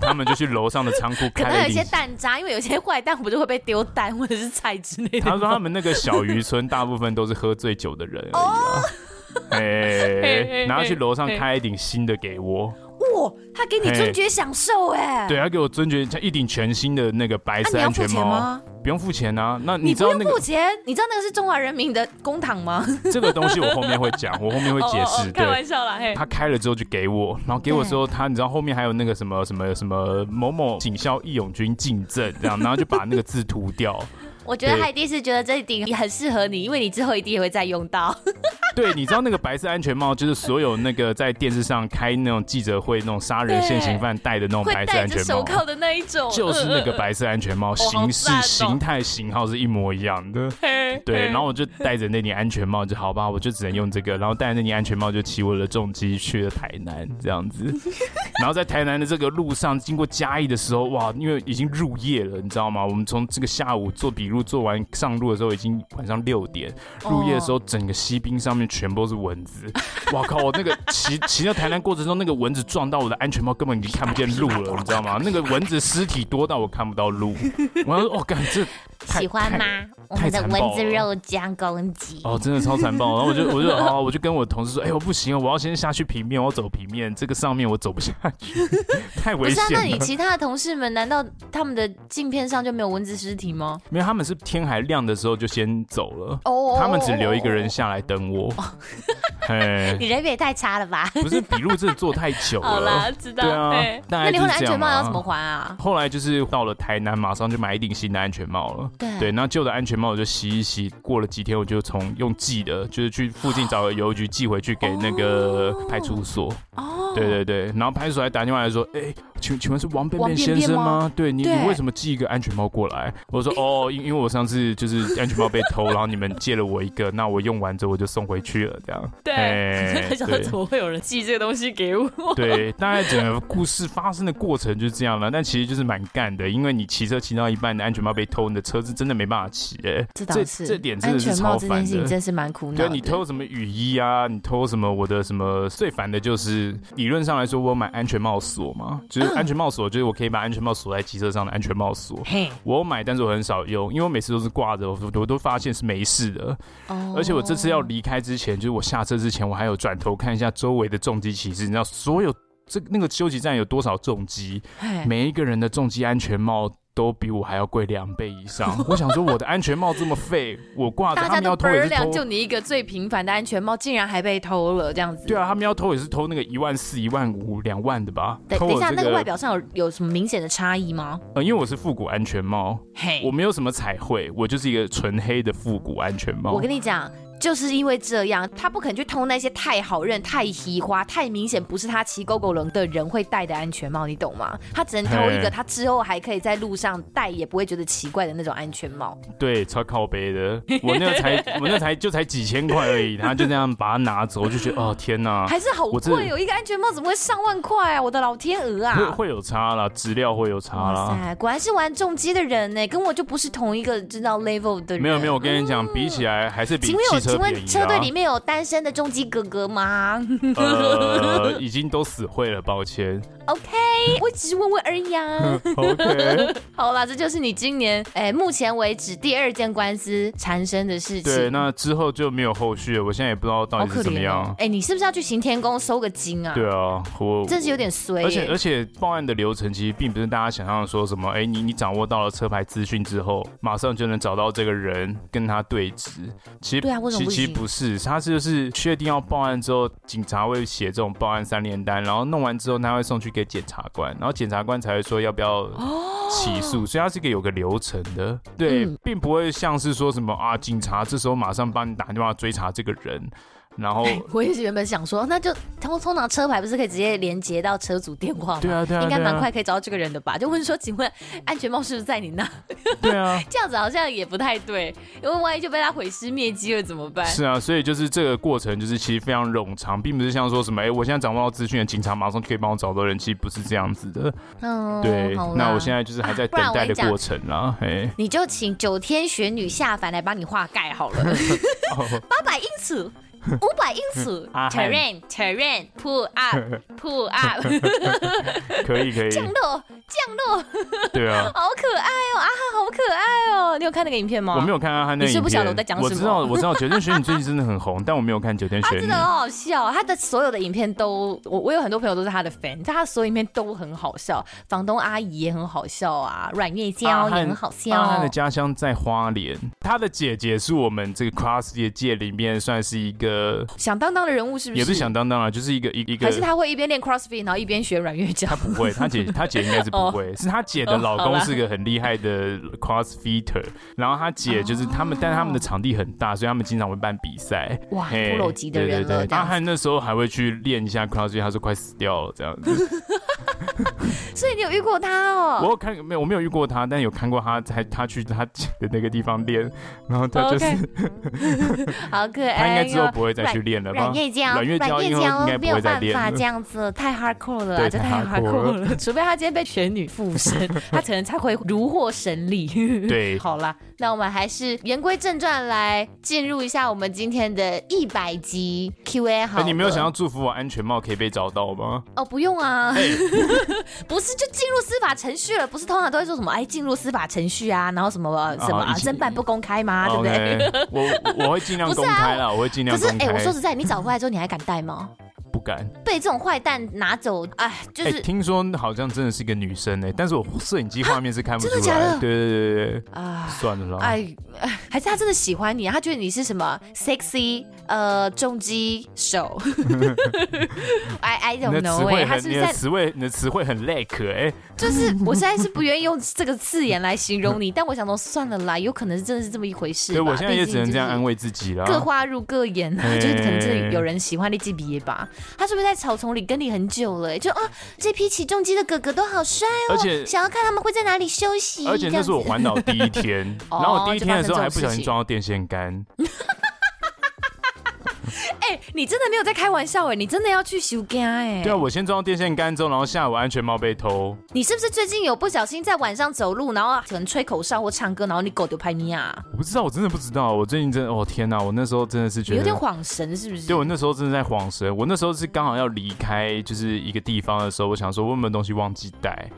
B: 他们就去楼上的仓库
A: 可
B: 开
A: 能
B: 了
A: 有一
B: 一
A: 些蛋渣，因为有些坏蛋不就会被丢蛋或者是菜之类的吗。
B: 他说他们那个小渔村大部分都是喝醉酒的人而已
A: 哦
B: 啊。 哎，然后去楼上开一顶新的给我，
A: 哇，他给你尊爵享受哎。
B: 对，他给我尊爵像一顶全新的那个白
A: 啊，
B: 色
A: 你要
B: 安
A: 付
B: 全
A: 钱
B: 帽，
A: 吗？
B: 不用付钱啊。那
A: 你
B: 你知
A: 不
B: 道
A: 用
B: 那
A: 付
B: 个
A: 钱，你知道那个是中华人民的公堂 吗？
B: 这个东西，我后面会讲，我后面会解
A: 哦哦
B: 释。
A: 哦开
B: 对，
A: 玩笑啦，嘿。
B: 他开了之后就给我，然后给我之后，他你知道后面还有那个什么什么什么某某警校义勇军进证这样，然后就把那个字涂掉。
A: 我觉得
B: 对
A: 海蒂是觉得这一顶也很适合你，因为你之后一定也会再用到。
B: 对，你知道那个白色安全帽，就是所有那个在电视上开那种记者会、那种杀人现行犯戴的那种
A: 会
B: 白色
A: 戴
B: 安
A: 着
B: 全
A: 手
B: 帽，啊
A: 铐的那一种，
B: 就是那 个白色安全帽，形式
A: 好、赞哦
B: 形态、型号是一模一样的。
A: 嗯。
B: 对，然
A: 后
B: 后我就戴着那顶安全帽，就好 吧，我就只能用这个，然后戴着那顶安全帽就骑我的重机去了台南，这样子。然后在台南的这个路上经过嘉义的时候，哇，因为已经入夜了，你知道吗？我们从这个下午做笔录做完上路的时候，已经晚上六点，入夜的
C: 哦
B: 时候，整个西滨上面全部都是蚊子。哇靠！我那个骑骑到台南过程中，那个蚊子撞到我的安全帽，根本已经看不见路了，你知道吗？那个蚊子尸体多到我看不到路。我要说，哦，干这太
C: 喜欢吗
B: 太？
C: 我
B: 太
C: 们的
B: 残暴了
C: 蚊子肉将攻击。
B: 哦，真的超残暴。然后 我就我就好，我就跟我同事说，哎、我不行，我要先下去平面，我要走平面，这个上面我走不下去， 太
A: 不
B: 危
A: 是啊，那
B: 险
A: 你
B: 了。
A: 其他的同事们难道他们的镜片上就没有蚊子尸体吗？
B: 没有，他们是天还亮的时候就先走了，
A: 哦
B: 他们只留一个人。下来等我。 哎，
C: 你人品也太差了吧？
B: 不是笔录真的做太 久
A: 好啦，
B: 了。
A: 知道。
B: 对啊
A: 嘿，
B: 大
A: 那
B: 概
A: 你
B: 就
A: 后
B: 是
A: 来安
B: 这
A: 全
B: 样
A: 帽要
B: 啊
A: 怎么还啊？
B: 后来就是到了台南，马上就买一顶新的安全帽了。
C: 对
B: 对，那旧的安全帽我就洗一洗，过了几天我就从用寄的，就是去附近找个邮局寄回去给那个
A: 哦
B: 派出所。
A: 哦，
B: 对 对对，然后派出所还打电话来说，哎、请请问是王便
A: 嗯王
B: 便
A: 便
B: 先
A: 便
B: 生
A: 吗
B: 吗？对你
A: 对
B: 你为什么寄一个安全帽过来？我说哦，因因为我上次就是安全帽被偷，然后你们借了我一个，那我用完之后我就送回去了，这样。
A: 对
B: 哎
A: 我 想说
B: 对
A: 怎么会有人寄这个东西给我？
B: 对，大概整个故事发生的过程就是这样了，但其实就是蛮干的，因为你骑车骑到一半，你的安全帽被偷，你的车子真的没办法骑、哎，
A: 这倒
B: 这
A: 是
B: 这点真
A: 安
B: 的是
A: 全帽
B: 超
A: 这件
B: 烦
A: 事情
B: 的。
A: 真是蛮苦恼
B: 对
A: 的。
B: 你偷什么雨衣啊？你偷什么？我的什么最烦的就是理论上来说，我有买安全帽锁嘛， 就是安全帽锁，就是我可以把安全帽锁在机车上的安全帽锁。
A: 嘿，
B: 我有买，但是我很少用，因为我每次都是挂着，我我都发现是没事的。
A: 哦
B: 而且我这次要离开之前，就是我下车之前，我还有转头看一下周围的重机骑士，你知道所有这那个休息站有多少重机，
A: 嘿
B: 每一个人的重机安全帽。都比我还要贵两倍以上。我想说，我的安全帽这么废，我挂着
A: 大
B: 他
A: 家
B: 们要
A: 都倍
B: 偷也
A: 儿
B: 是
A: 亮，就
B: 偷。
A: 你一个最平凡的安全帽，竟然还被偷了，这样子。
B: 对啊，他们要偷也是偷那个一万四、一万五、两万的吧？
A: 等
B: 偷
A: 等一
B: 我
A: 下，
B: 这
A: 那个外表上有有什么明显的差异吗？
B: 呃，因为我是复古安全帽，
A: 嘿
B: 我没有什么彩绘，我就是一个纯黑的复古安全帽。
A: 我跟你讲，就是因为这样，他不肯去偷那些太好认、太稀花、太明显不是他骑狗狗人的人会戴的安全帽，你懂吗？他只能偷一个，
B: 嘿
A: 他之后还可以在路上戴，也不会觉得奇怪的那种安全帽。
B: 对，超靠背 的。我那个才，我那才就才几千块而已，他就这样把它拿走，我就觉得哦天哪，
A: 还是好
B: 我真的
A: 贵哦，一个安全帽怎么会上万块啊？我的老天鹅
B: 会
A: 啊！
B: 会啊有差啦，质量会有差
A: 哇
B: 啦。
A: 塞，果然是玩重机的人呢，跟我就不是同一个知道 level 的人。
B: 没有没有，我跟你讲，比起来还是比
A: 请问有
B: 汽车
A: 请
B: 便宜
A: 问
B: 啊。
A: 车队里面有单身的重机哥哥吗
B: 呃， 已经都死会了，抱 歉。
A: ？OK，我只是问问而已啊。
B: OK，
A: 好啦，这就是你今年哎，目前为止第二件官司缠身的事情。
B: 对，那之后就没有后续了，我现在也不知道到
A: 好
B: 底
A: 可
B: 是怎么
A: 怜
B: 样
A: 哦。。哎，你是不是要去行天宫收个金啊？
B: 对啊，我
A: 真是有点衰耶。
B: 而且而且报案的流程其实并不是大家想象的说什么，哎、你你掌握到了车牌资讯之后，马上就能找到这个人跟他对质。其实
A: 对啊为什么
B: 其
A: 不
B: 其实
A: 行
B: 不是，他是就是确定要报案之后，警察会写这种报案三联单，然后弄完之后他会送去给检察官，然后检察官才会说要不要起诉，所以它是一个有个流程的，对，
A: 哦嗯
B: 并不会像是说什么啊，警察这时候马上帮你打电话追查这个人，然 后。
A: 我也是原本想说，那就通通常车牌不是可以直接连接到车主电话吗？
B: 对啊对啊
A: 应该
B: 对啊
A: 蛮快可以找到这个人的吧？就问说，请问安全帽是不是在你那？
B: 对啊，
A: 这样子好像也不太对，因为万一就被他毁尸灭迹了怎么办？
B: 是啊，所以就是这个过程，就是其实非常冗长，并不是像说什么，哎、我现在掌握到资讯，警察马上就可以帮我找到人，其实不是这样子的。
A: 嗯，
B: 对，
A: 好啦
B: 那我现在就是还在
A: 啊不然
B: 等待
A: 我跟你
B: 的
A: 讲
B: 过程 啦。哎、
A: 你就请九天玄女下凡来帮你画盖好 了，
B: 哦
A: 八百英尺。五百英尺
B: 阿汉
A: ，terrain terrain pull up pull up，
B: 可以可以，
A: 降落降落，
B: 对啊。
A: 哦好可爱哦，啊，好可爱哦！你有看那个影片吗？
B: 我没有看到他
A: 你
B: 那影
A: 是
B: 片，
A: 不晓得我在讲什么
B: 我知道，我知道九天玄女最近真的很红，但我没有看九天
A: 他
B: 玄
A: 真
B: 女
A: 的很。哦好笑，他的所有的影片都，我我有很多朋友都是他的 fan，他的所有影片都很好笑，房东阿姨也很好笑啊，阮月娇也很好笑。
B: 阿汉的家乡在花莲，他的姐姐是我们这个 CrossFit 界里面算是一个，
A: 响当当的人物是不是？
B: 也不是响当当啊，就是一个一一个
A: 还是他会一边练 CrossFit，然后一边学阮月娇
B: 他。不会，他姐他姐应该是不会，是他姐的
A: 哦
B: 老
A: 哦好
B: 公
A: 啦
B: 是个很厉害的 crossfitter，然后他
A: 哦
B: 姐就是他们，但他们的场地很大，所以他们经常会办比赛。
A: 哇
B: 嘿
A: ，pro 级的人了
B: 对对啊
A: 这
B: 对，
A: 样
B: 阿
A: 子
B: 汉那时候还会去练一下 crossfit，他说快死掉了这样子。
A: 所以你有有遇过他
B: 我
A: 哦。
B: 有看没有？我没有遇过他，但有看过他在他去他的那个地方练，然后他 就是、
A: 好可
B: 他应
A: 爱哦
B: 该之后
A: 哟。
B: 不会再去练了吧
A: 哎软？夜交，
B: 啊软月娇应该应该
A: 没
B: 不
A: 有
B: 会再
A: 办
B: 练
A: 法
B: 了
A: 这样子， 太 hardcore 了啦，啊
B: 对
A: 这
B: 太
A: 太
B: hardcore
A: hardcore 了。除非他今天被全女附身，他可能才会如获神力。
B: 对
A: 好啦，那我们还是言归正传，来进入一下我们今天的一百集 Q&A 好
B: 哎，
A: 了。
B: 你没有想要祝福我安全帽可以被找到吗？
A: 哦，不用啊，
B: 哎
A: 不是就进入司法程序了？不是通常都会说什么哎，进入司法程序啊，然后什么什么
B: 哦
A: 啊，
B: 以前
A: 侦办不公开啊吗？对不对？
B: OK，我 我我会尽量
A: 不是
B: 公
A: 啊
B: 开啦，我会尽
A: 不
B: 量
A: 是
B: 公，
A: 哎、
B: 开
A: 我，说实在，你找回来之后，你还敢戴吗？
B: 不敢。
A: 被这种坏蛋拿走，哎，就
B: 哎
A: 是，
B: 听说好像真的是一个女生哎，但是我摄影机画面是看不出
A: 真的
B: 来。
A: 假的
B: 对对对对对，
A: 啊，
B: 算了啦。
A: 哎、 哎还是他真的喜欢你啊，他觉得你是什么 sexy 呃重击手 ，I I
B: 你
A: don't
B: 的词
A: know
B: 汇
A: 哎、他
B: 很，
A: 是不
B: 你
A: 是
B: 的
A: 在
B: 词汇，你的词汇很 lack 哎，
A: 就是我实在是不愿意用这个字眼来形容你，但我想说算了啦，有可能真的是这么一回事吧。
B: 所以我现在也只能这样安
A: 慰。
B: 慰啊自己啦。
A: 各花入各眼啊，
B: 哎
A: 就是可能真的有人喜欢那几笔吧。他是不是在草丛里跟你很久了、就啊，这批起重机的哥哥都好帅哦，
B: 而且
A: 想要看他们会在哪里休息。
B: 而且那是我
A: 这样
B: 环岛第一天，
A: 哦
B: 然后我第一天的时候还不
A: 就发生这种
B: 小
A: 事
B: 心
A: 情
B: 撞到电线杆，
A: 子哎、你真的没有在开玩笑哎、你真的要去修家哎、
B: 对啊，我先撞到电线杆之后，然后下午安全帽被偷，
A: 你是不是最近有不小心在晚上走路，然后可能吹口哨或唱歌，然后你狗就拍你啊？
B: 我不知道，我真的不知道，我最近真的，哦天哪，我那时候真的是
A: 你
B: 觉
A: 有点
B: 得。
A: 恍神是不是？
B: 对，我那时候真的在晃神。我那时候是刚好要离开，就是一个地方的时候，我想说我有没有东西忘记带，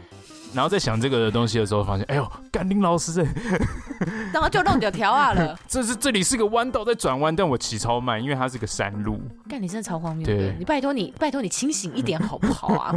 B: 然后在想这个东西的时候，发现，哎呦，甘霖老师，
A: 然后就弄掉条啊 了。
B: 这是这里是个弯道，在转弯，但我骑超慢，因为它是个山路。
A: 干，你真的超荒谬
B: 对
A: 的！你拜托你，拜托你清醒一点好不好 啊？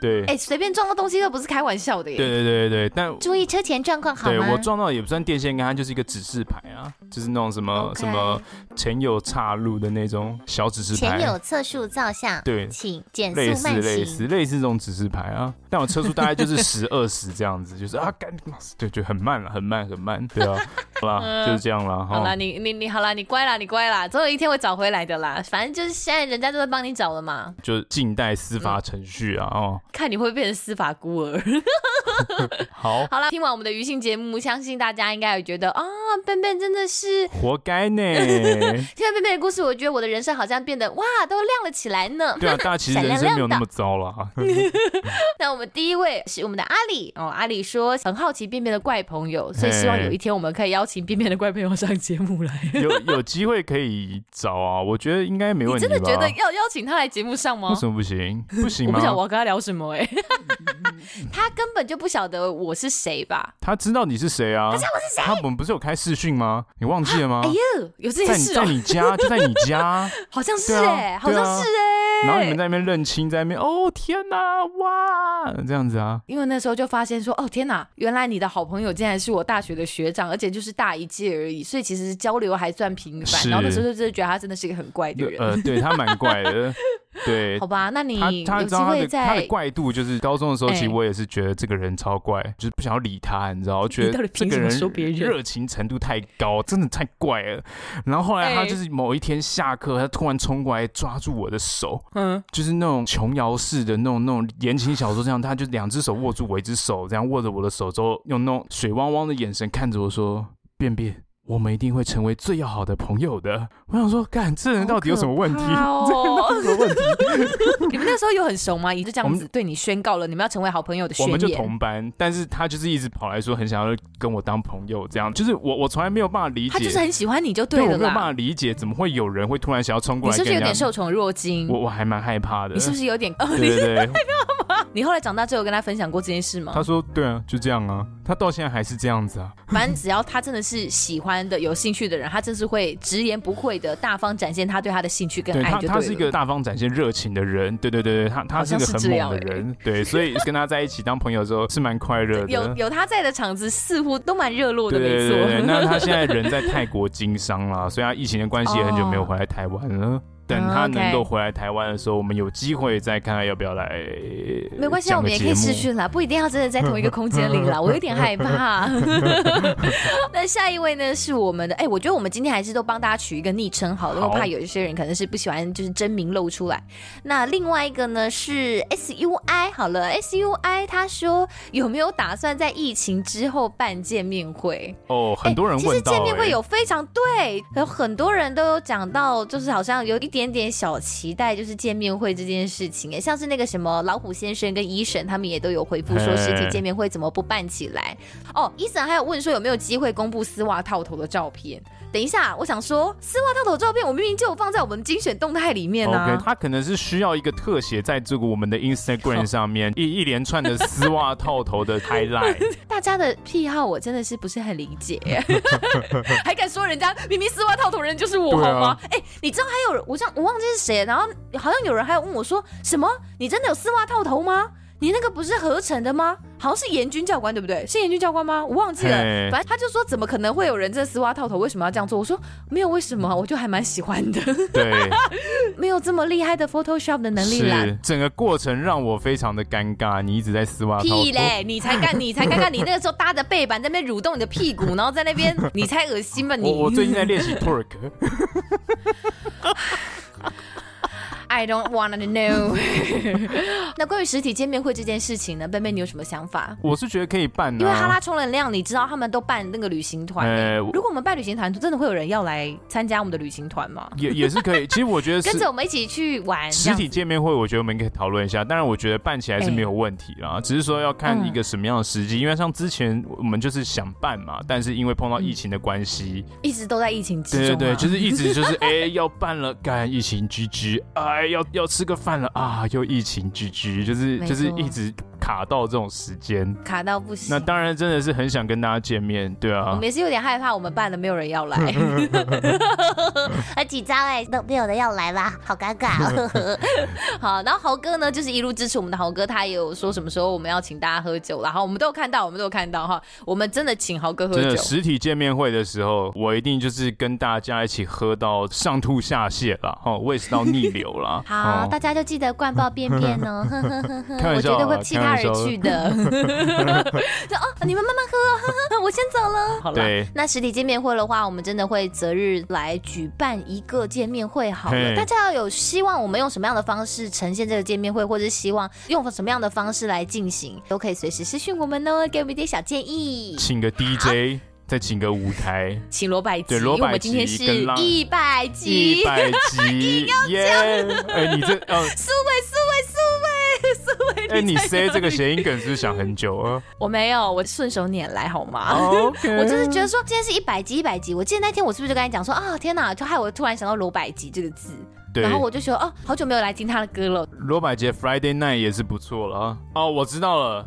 B: 对，
A: 哎、随便撞到东西都不是开玩笑的耶。
B: 对对对对，但
A: 注意车前状况好
B: 对
A: 吗？
B: 我撞到也不算电线杆，它就是一个指示牌啊，就是那种什么
A: OK
B: 什么前有岔路的那种小指示牌
C: 前，有测速照相，
B: 对，
C: 请减
B: 类
C: 速
B: 似
C: 慢
B: 类
C: 行。
B: 似类似这种指示牌啊。但我车速大概就 是十二十这样子，就是啊，干，对，就很慢了，很慢很慢，对啊， 好啦，就是这样啦。
A: 嗯好啦，
B: 哈。
A: 你你你好啦，你乖啦，你乖啦，总有一天会找回来的啦。反正就是现在人家都在帮你找了嘛，
B: 就静待司法程序啊，哦，
A: 看你会不会变成司法孤儿。
B: 好，
A: 好啦，听完我们的余兴节目，相信大家应该有觉得啊，笨笨真的是
B: 活该 呢。
A: 听完笨笨的故事，我觉得我的人生好像变得哇都亮了起来呢。
B: 对啊，大家其实
A: 闪
B: 人
A: 亮
B: 生没有
A: 亮
B: 那
A: 的
B: 么糟啦。
A: 那我们第一位是我们的阿里哦，阿里说很好奇便便的怪朋友，所以希望有一天我们可以邀请便便的怪朋友上节目来。
B: 有有机会可以找啊，我觉得应该没问
A: 你
B: 题
A: 真
B: 吧。
A: 的觉得要邀请他来节目上吗
B: 为？什么 不行？不行
A: 我
B: 吗
A: 不？晓得我要跟他聊什么哎、 他根本就不晓得我是谁吧？
B: 他知道你是谁啊？他知道我是谁？他我们不是有开视讯吗？你忘记了吗？
A: 哎呦，有这
B: 在
A: 件
B: 你
A: 事哦、
B: 在你家，就在你家，
A: 好像是
B: 对啊
A: 哎、
B: 对啊
A: 好像是哎、
B: 然后你们在那边认亲，在那边哦天哪、哇这样子啊，
A: 因为那时候就发现说，哦天哪，原来你的好朋友竟然是我大学的学长，而且就是大一届而已，所以其实交流还算频繁
B: 是。
A: 然后那时候就真的觉得他真的是一个很怪的人。
B: 呃对他蛮怪 的，对
A: 好。吧，那你
B: 他他
A: 有
B: 知
A: 机
B: 道他
A: 会
B: 的他
A: 再
B: 的怪度，就是高中的时候，其实
A: 哎
B: 我也是觉得这个人超怪，就是不想要理他，你知道？我 觉
A: 你到
B: 得
A: 底
B: 这
A: 凭
B: 个
A: 什么说别
B: 人
A: 人
B: 热情程度太高，真的太怪了。然后后来他
A: 哎
B: 就是某一天下课，他突然冲过来抓住我的手，
A: 嗯，
B: 就是那种琼瑶式的那种那种言情小说这样，他就两只手握住我一只手，这样握着我的手之后，用那种水汪汪的眼神看着我说：“便便，我们一定会成为最要好的朋友的。” 我想说，干这人到底有什么问题？
A: 好可怕哦
B: 有什么问题？
A: 你们那时候有很熟吗？也就这
B: 我
A: 样
B: 们
A: 子对你宣告了你们要成为好朋友的宣
B: 我
A: 言。
B: 们就同班，但是他就是一直跑来说很想要跟我当朋友，这样就是我我从来没有办法理
A: 他就是
B: 解，
A: 很喜欢你就
B: 对
A: 了
B: 我没有办法
A: 啦。
B: 理解怎么会有人会突然想要冲过
A: 你
B: 来
A: 是
B: 跟
A: 不是有
B: 人
A: 点
B: 家
A: 受，宠若惊？
B: 我我还蛮害怕的。
A: 你是不是有点？哦、
B: 对对对，
A: 你后来长大之后有跟他分享过这件事吗
B: 他？说对啊，就这样啊，他到现在还是这样子啊。
A: 反正只要他真的是喜欢的、有兴趣的人，他真是会直言不讳的大方展现他对他的兴趣跟
B: 对
A: 爱
B: 他，
A: 就
B: 他是一
A: 了。
B: 个大方展现热情的人，对对对对，他他
A: 好
B: 是
A: 像
B: 一个
A: 是
B: 很
A: 这样欸
B: 猛的人，对，所以跟他在一起当朋友之后是蛮快乐
A: 有
B: 的。
A: 有他在的场子似乎都蛮热络的，
B: 对对对对，
A: 没错。
B: 那他现在人在泰国经商啦，所以他疫情的关系也很久没有回来台湾了。等他能
A: 哦 OK
B: 够回来台湾的时候，我们有机会再看看要不要来。
A: 没关系啊，我们也可以试。训啦，不一定要真的在同一个空间里啦，我有点害怕。 那下一位呢是我们的，哎、我觉得我们今天还是都帮大家取一个昵称好了，因为我
B: 好
A: 怕有一些人可能是不喜欢就是真名露出来。那另外一个呢是 S U I 好了，S U I 他说有没有打算在疫情之后办见面会？
B: 哦，很多人
A: 哎其实
B: 问到、欸，
A: 见面会有非常对，有很多人都有讲到，就是好像有一点点小期待，就是见面会这件事情。哎，像是那个什么老虎先生跟医生，他们也都有回复说
B: 嘿
A: 实体见面会怎么不办起来？哦，医生还有问说有没有机会公布丝袜套头的照片？等一下，我想说丝袜套头的照片，我明明就有放在我们精选动态里面呢、啊。
B: OK，他可能是需要一个特写，在这个我们的 Instagram 上面一一连串的丝袜套头的 highlight，
A: 大家的癖好我真的是不是很理 解， 还敢说人家明明丝袜套头人就是我
B: 对啊
A: 好吗？哎、你知道还有我这样我忘记是谁，啊然后好像有人还有问我说什么？你真的有丝袜套头吗？你那个不是合成的吗？好像是严军教官对不对？是严军教官吗？我忘记了
B: 嘿。
A: 反正他就说，怎么可能会有人这丝袜套头？为什么要这样做？我说没有为什么，我就还蛮喜欢的，
B: 对，
A: 没有这么厉害的 Photoshop 的能力啦。
B: 是整个过程让我非常的尴尬。你一直在丝袜套头
A: 屁，嘞！你才干，你才干干，你那个时候搭着背板在那边蠕动你的屁股，然后在那边，你才恶心吧你
B: 我我最近在练习 twerk，
A: I don't wanna know 。 那关于实体见面会这件事情呢，贝贝你有什么想法？
B: 我是觉得可以办
A: 因
B: 的、
A: 为哈
B: 啊
A: 拉。充能量，你知道他们都办那个旅行团、欸
B: 呃我
A: 如果我们办旅行团，真的会有人要来参加我们的旅行团吗？
B: 也也是可以，其实我觉得
A: 跟
B: 是
A: 着我们一起去玩，这
B: 实
A: 样
B: 体见面会，我觉得我们可以讨论一下。当然，我觉得办起来是没有问题啦，只是说要看一个什么样的时机。因为像之前我们就是想办嘛，但是因为碰到疫情的关系，
A: 一直都在疫情之中、
B: 对
A: 啊。
B: 对对，就是一直就是 哎、要办了，干疫情 GG，哎要要吃个饭了啊，又疫情 GG，就是
A: 没错
B: 就是一直卡到这种时间。
A: 卡到不行
B: 那。当然真的是很想跟大家见面，对
A: 我
B: 啊
A: 们。也是有点害怕，我们办了没有人要
B: 嗯
A: 来。
C: 还几张哎、都没有人要来啦，好尴尬、 哦。
A: 好，然后豪哥呢，就是一路支持我们的豪哥，他也有说什么时候我们要请大家喝酒啦，好，我们都有看到，我们都有看到哈，我们真的请豪哥喝
B: 真的
A: 酒。。
B: 实体见面会的时候，我一定就是跟大家一起喝到上吐下泻啦，哦，胃食道逆流啦
A: 好，
B: 哦
A: 大家就记得灌爆便便 哦，呵呵呵呵，
B: 开玩
A: 我
B: 笑
A: 绝
B: 啊
A: 对会弃他而去的。就哦，你们慢慢喝 哦，呵呵我先走了。好了
B: 对，
A: 那实体见面会的话，我们真的会择日来举办一个见面会好了。
B: 嘿
A: 大家要有希望，我们用什么样的方式呈现这个见面会，或者是希望用什么样的方式来进行，都可以随时私讯我们哦，给我们一点小建议。
B: 请个
A: 啊
B: DJ，再请个舞台，
A: 请罗百吉，
B: 对
A: 因
B: 罗
A: 为
B: 百吉
A: 我们今天是
B: 跟浪
A: 一百集
B: 一，百 集，耶！哎，你这哦，
A: 苏伟，苏伟，苏伟，苏伟，
B: 哎，你
A: 才
B: 塞这个
A: 有
B: 谐音梗是不是想很久 啊？
A: 我没有，我顺手拈来好吗？
B: OK，
A: 啊我就是觉得说，今天是一百集，一百集。我记得那天我是不是就跟你讲说啊，天哪，就害我突然想到罗百吉这个字，
B: 对，
A: 然后我就说哦，好久没有来听他的歌了。
B: 罗百杰 Friday Night 也是不错了啊。哦，我知道了，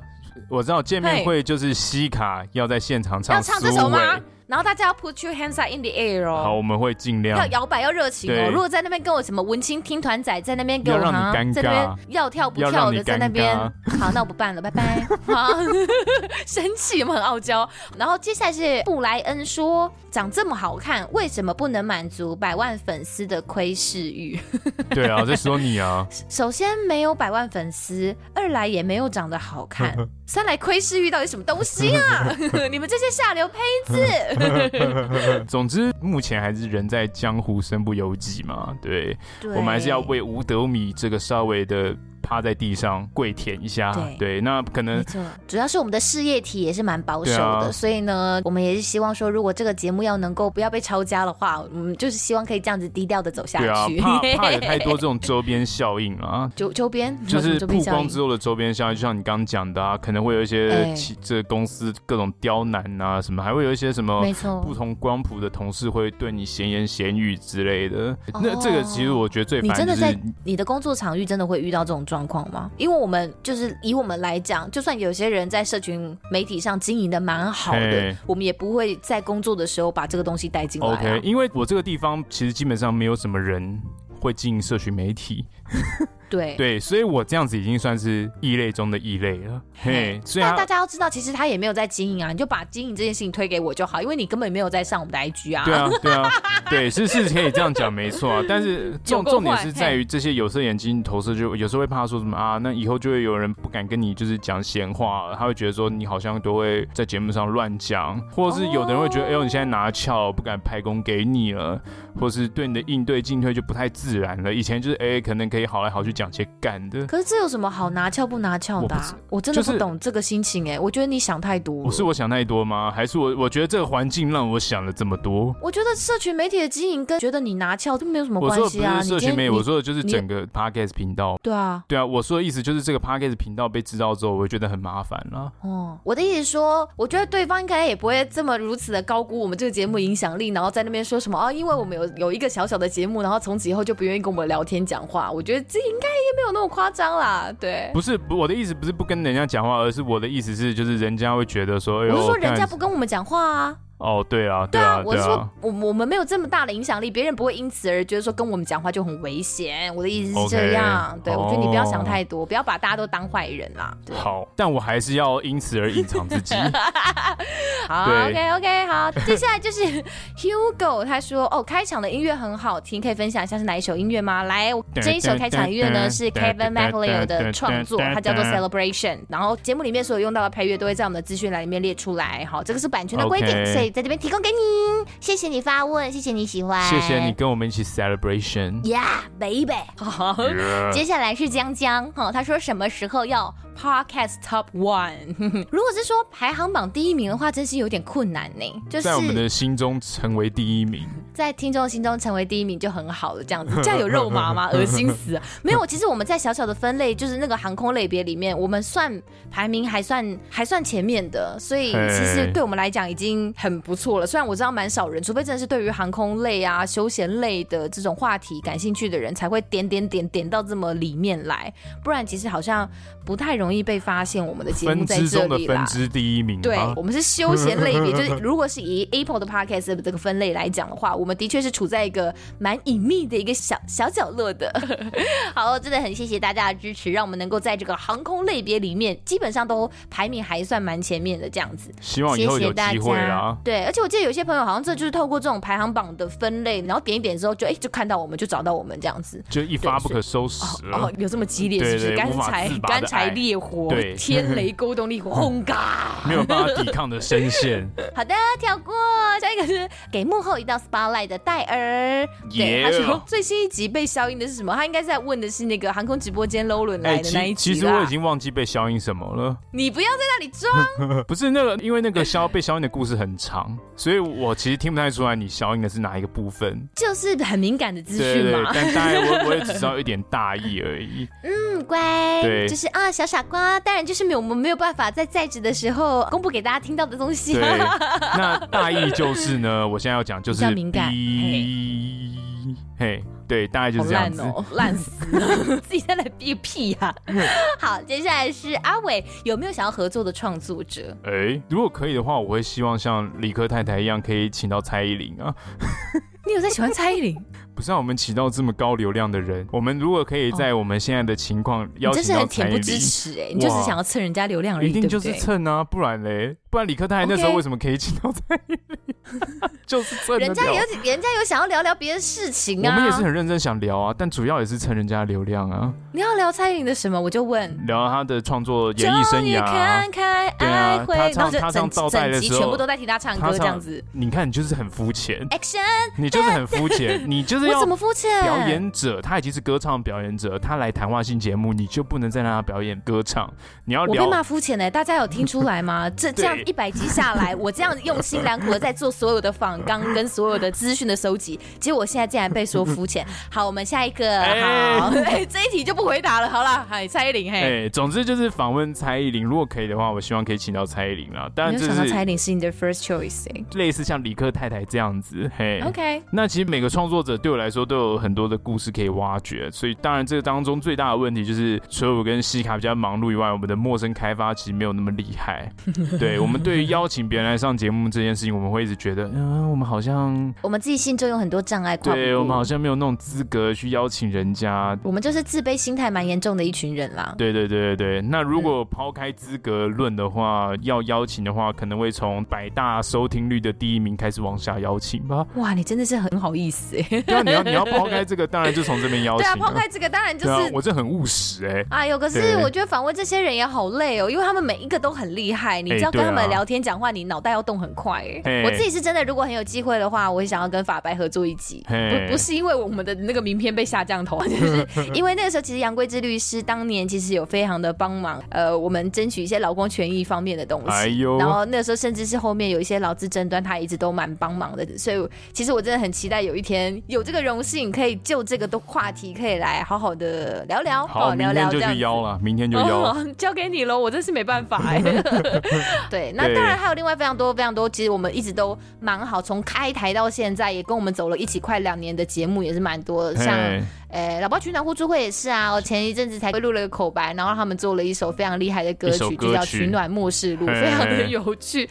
B: 我知道见面会就是西卡要在现场唱
A: 要
B: 苏
A: 唱
B: 芮，
A: 这首吗？啊然后大家要 put your hands up in the air
B: 好，
A: 哦，
B: 我们会尽量
A: 要。摇摆，要热情哦。
B: 对
A: 如果在那边跟我什么文青听团仔在那边给我
B: 要让你
A: 哈
B: 尴尬
A: 在那边要跳不
B: 要
A: 跳
B: 让你
A: 的在那边
B: 尴，
A: 好，那我不办了，拜 拜。好， 生气，我们很傲娇。然后接下来是布莱恩说，长这么好看，为什么不能满足百万粉丝的窥视欲？
B: 对啊，在说你啊，
A: 首先没有百万粉丝，二来也没有长得好 看，三来窥视欲到底什么东西啊？ 你们这些下流胚子！
B: 总之目前还是人在江湖身不由己嘛。对，
A: 对
B: 我们还是要为五斗米这个稍微的趴在地上跪舔一下。
A: 对
B: 对，那可能
A: 没错，主要是我们的事业体也是蛮保守
B: 嗯对
A: 的，
B: 啊
A: 所以呢，我们也是希望说，如果这个节目要能够不要被抄家的话，我们就是希望可以这样子低调的走下
B: 对啊
A: 去。，
B: 怕怕有太多这种周边效应啊。
A: 周周边
B: 就
A: 有什
B: 是
A: 么周边
B: 曝
A: 效
B: 光
A: 应
B: 之后的周边效应，就像你刚刚讲的啊，可能会有一些
A: 哎
B: 其这公司各种刁难啊，什么，还会有一些什么
A: 没错
B: 不同光谱的同事会对你闲言闲语之类的。那这个其实我觉得最
A: 哦你
B: 烦
A: 真
B: 就
A: 的在
B: 是。
A: 你的工作场域真的会遇到这种状况吗？因为我们就是以我们来讲，就算有些人在社群媒体上经营的蛮好的
B: 嘿，
A: 我们也不会在工作的时候把这个东西带进来、啊。
B: OK，因为我这个地方其实基本上没有什么人会经营社群媒体，
A: 对。
B: 对，所以我这样子已经算是异类中的异类了。嘿，所以
A: 那
B: 他
A: 大家要知道，其实他也没有在经营啊，你就把经营这件事情推给我就好，因为你根本没有在上我们的 IG 啊。
B: 对 啊，对啊，对，是是可以这样讲，没错啊。但是重
A: 够
B: 重点
A: 坏
B: 是
A: 嘿
B: 在于这些有色眼镜投射，就有时候会怕说什么啊，那以后就会有人不敢跟你就是讲闲话了，他会觉得说你好像都会在节目上乱讲，或者是有的人会觉得，哎呦你现在拿翘，不敢拍功给你了，或是对你的应对进退就不太自然了。以前就是哎，可能可以好来好去讲些干的。
A: 可是这有什么好拿翘不拿翘的、
B: 我不
A: 啊
B: 知？
A: 我真的
B: 就
A: 不
B: 是
A: 懂这个心情哎、我觉得你想太多
B: 我
A: 了。
B: 是我想太多吗？还是我我觉得这个环境让我想了这么多？
A: 我觉得社群媒体的经营跟觉得你拿翘都没有什么
B: 我说
A: 关
B: 的
A: 系
B: 不
A: 啊。
B: 是社群
A: 你
B: 媒体，
A: 今天
B: 我说的就是
A: 你
B: 整个 podcast 频道
A: 对啊，
B: 对啊，我说的意思就是这个 podcast 频道被知道之后，我会觉得很麻烦了。
A: 哦，我的意思是说，我觉得对方应该也不会这么如此的高估我们这个节目影响力，然后在那边说什么啊，因为我们有有一个小小的节目，然后从此以后就不愿意跟我们聊天讲话。我觉得这应该也没有那么夸张啦，对。
B: 不是不我的意思，不是不跟人家讲话，而是我的意思是，就是人家会觉得说，哎呦，
A: 我是说，人家
B: 看
A: 不跟我们讲话啊，
B: 哦，对啊，
A: 对
B: 啊，
A: 我
B: 对
A: 是
B: 啊
A: 说，我我们没有这么大的影响力，别人不会因此而觉得说跟我们讲话就很危险。我的意思是这
B: OK，
A: 样，对我觉得你不要想
B: 哦
A: 太多，不要把大家都当坏人啦。对
B: 好，但我还是要因此而隐藏自 己。
A: 好
B: 对
A: ，OK OK，好，接下来就是 Hugo，他说哦，开场的音乐很好听，可以分享一下是哪一首音乐吗？来，这一首开场音乐呢是 Kevin MacLeod 的创作，它叫做 Celebration。然后节目里面所有用到的配乐都会在我们的资讯栏里面列出来。好，这个是版权的规定
B: OK
A: 所以在这边提供给你。
C: 谢谢你发问，谢谢你喜欢，
B: 谢谢你跟我们一 起 celebration。
C: ，Yeah baby。
A: 好，
B: Yeah
A: 接下来是江江哈、他说什么时候要 Podcast Top One？如果是说排行榜第一名的话，真是有点困难呢。就是
B: 在我们的心中成为第一名，
A: 在听众心中成为第一名就很好了，这 样子，这样有肉麻吗？恶心死了！ 没有，其实我们在小小的分类，就是那个航空类别里面，我们算排名还算还算前面的，所以
B: 嘿
A: 其实对我们来讲已经很不错了。虽然我知道蛮少人，除非真的是对于航空类啊、休闲类的这种话题感兴趣的人，才会点点点点到这么里面来，不然其实好像不太容易被发现我们的节目
B: 分
A: 在
B: 支
A: 这
B: 中的
A: 里啦
B: 分。支第一名
A: 对
B: 吗，
A: 我？们是休闲类 别，就是如果是以 Apple 的 Podcast 的这个分类来讲的话，我们的确是处在一个蛮隐秘的一个小小角落的。 好，真的很谢谢大家的支持，让我们能够在这个航空类别里面，基本上都排名还算蛮前面的这样子。
B: 希望以
A: 谢
B: 后
A: 谢
B: 有
A: 大
B: 机
A: 家。
B: 会啊啦。
A: 对，而且我记得有些朋友好像这就是透过这种排行榜的分类，然后点一点之后就哎、就看到我们就找到我们这样子。
B: 就一发
A: 对
B: 不
A: 是
B: 可收拾啊了
A: 哦，。有这么激烈
B: 对
A: 是不是？
B: 对
A: 干
B: 无法
A: 柴
B: 自拔的
A: 干柴
B: 爱
A: 烈火，
B: 对
A: 天雷勾动烈 火，轰嘎！
B: 没有办法抵抗的声线，
A: 好的，跳过。下一个是给幕后一道 spotlight 的戴尔。对，他
B: Yeah
A: 说最新一集被消音的是什么？他应该是在问的是那个航空直播间 l o l a n 来的那
B: 哎其
A: 一集
B: 其实我
A: 啦
B: 已经忘记被消音什么了。
A: 你不要在那里装。
B: 不是那个，因为那个消被消音的故事很长，所以我其实听不太出来你消音的是哪一个部分。
A: 就是很敏感的资
B: 对
A: 讯
B: 对对
A: 嘛，，
B: 但大概我我也只知道一点大意而 已。
A: 嗯，乖，
B: 对
A: 就是啊，小傻瓜，当然就是没有我们没有办法在在职的时候公布给大家听到的东西
B: 对，，那大意就是呢，我现在要讲就是
A: 比较敏感
B: B，嘿，对，大概就
A: 好
B: 是这样
A: 烂
B: 子。
A: 哦，烂死了， 自己在那里憋屁 呀、好，接下来是阿伟，有没有想要合作的创作者？
B: 哎、如果可以的话，我会希望像理科太太一样，可以请到蔡依林啊。
A: 你有在喜欢蔡依林？
B: 不是让啊我们请到这么高流量的人，我们如果可以在我们现在的情况
A: 哦你
B: 邀
A: 真是
B: 请到
A: 很
B: 蔡
A: 恬
B: 依
A: 不
B: 林
A: 知，耻哎、你就只想要蹭人家流量而已，
B: 一定
A: 对不
B: 就是
A: 对
B: 蹭啊，不然嘞，不然理科太太那时候
A: OK
B: 为什么可以请到蔡依林？ 就是蹭得
A: 人家
B: 了
A: 也有，人家有想要聊聊别的事情
B: 我
A: 啊。
B: 们也是很认真想聊啊，但主要也是蹭人家的流量啊，
A: 你要聊蔡依林的什么？我就问。
B: 聊他的创作演艺生
A: 终于
B: 涯啊
A: 看。开
B: 对啊
A: 爱会，
B: 他唱
A: 然后就
B: 他
A: 整
B: 唱倒带的
A: 整集
B: 时候
A: 全部都在听他唱
B: 他
A: 歌这
B: 唱
A: 样子。
B: 你看，你就是很肤浅，
A: Action！
B: 你就是很肤浅，你就是
A: 我
B: 要
A: 怎么肤浅？
B: 表演者，他已经是歌唱表演者，他来谈话性节目，你就不能再让他表演歌唱，你要
A: 我被
B: 聊
A: 骂肤浅呢，大家有听出来 吗？这这
B: 对
A: 样一百集下 来，我这样用心良苦的在做所有的访纲跟所有的资讯的收集，结果我现在竟然被说肤 浅。好，我们下一个，
B: 哎
A: 好， 哎，这一题就不回答了。好了，嗨，蔡依林，嘿，
B: 哎、总之就是访问蔡依林，如果可以的话，我希望可以请到蔡依林啦。当
A: 没
B: 然，
A: 有
B: 这
A: 想到蔡依
B: 是
A: 林是你的 first choice 哎、
B: 类似像理科太太这样子，嘿
A: OK，
B: 那其实每个创作者对我来说都有很多的故事可以挖掘，所以当然这个当中最大的问题就是，除了我跟西卡比较忙碌以外，我们 的陌生开发其实没有那么厉害。对我们对于邀请别人来上节目这件事情，我们会一直觉得，嗯，我们好像，
A: 我们自己心中有很多障碍跨不
B: 对
A: 过
B: 我们好像没有那种资格去邀请人家。
A: 我们就是自卑心态蛮严重的一群人啦。
B: 对对对对对，那如果抛开资格论的话，要邀请的话，可能会从百大收听率的第一名开始往下邀请 吧。
A: 哇，你真的是很好意思哎、
B: 对啊，你要你要抛开这个，当然就从这边邀
A: 对
B: 请
A: 啊，
B: 了。
A: 抛开这个，当然就
B: 对啊
A: 是，
B: 我这很务实哎、
A: 哎呦，可是
B: 对
A: 我觉得访问这些人也好累哦，因为他们每一个都很厉害，你
B: 哎
A: 只要跟
B: 对啊
A: 他们聊天讲话，你脑袋要动很快哎。
B: 嘿
D: 我自己是真的，如果很有机会的话，我也想要跟法白合作一集。
B: 嘿
D: 不不是因为我们的那个名片被下降头， 就是
A: 啊因为那个时候，其实杨贵枝律师当年其实有非常的帮忙，呃，我们争取一些劳工权益方面的东西。
B: 哎呦，
A: 然后那时候甚至是后面有一些劳资争端，他一直都蛮帮忙的，所以其实我真的很期待有一天有这个荣幸，可以就这个都话题可以来好好的聊聊，好
B: 好，
A: 好
B: 明
A: 聊
B: 天
A: 聊
B: 就
A: 这样
B: 去
A: 子。
B: 邀了，明天就邀。
D: 哦、交给你了，我真是没办法 哎、
A: 对，那
B: 对
A: 当然还有另外非常多非常多，其实我们一直都蛮好，从开台到现在也跟我们走了一起快两年的节目也是蛮多的，像
B: 嘿，
A: 呃老爸取暖互助会也是啊，我前一阵子才录了个口白，然后他们做了一首非常厉害的歌
B: 一首
A: 曲，
B: 歌
A: 就叫《
B: 曲
A: 取暖末世录》，
B: 嘿
A: 非常的有趣。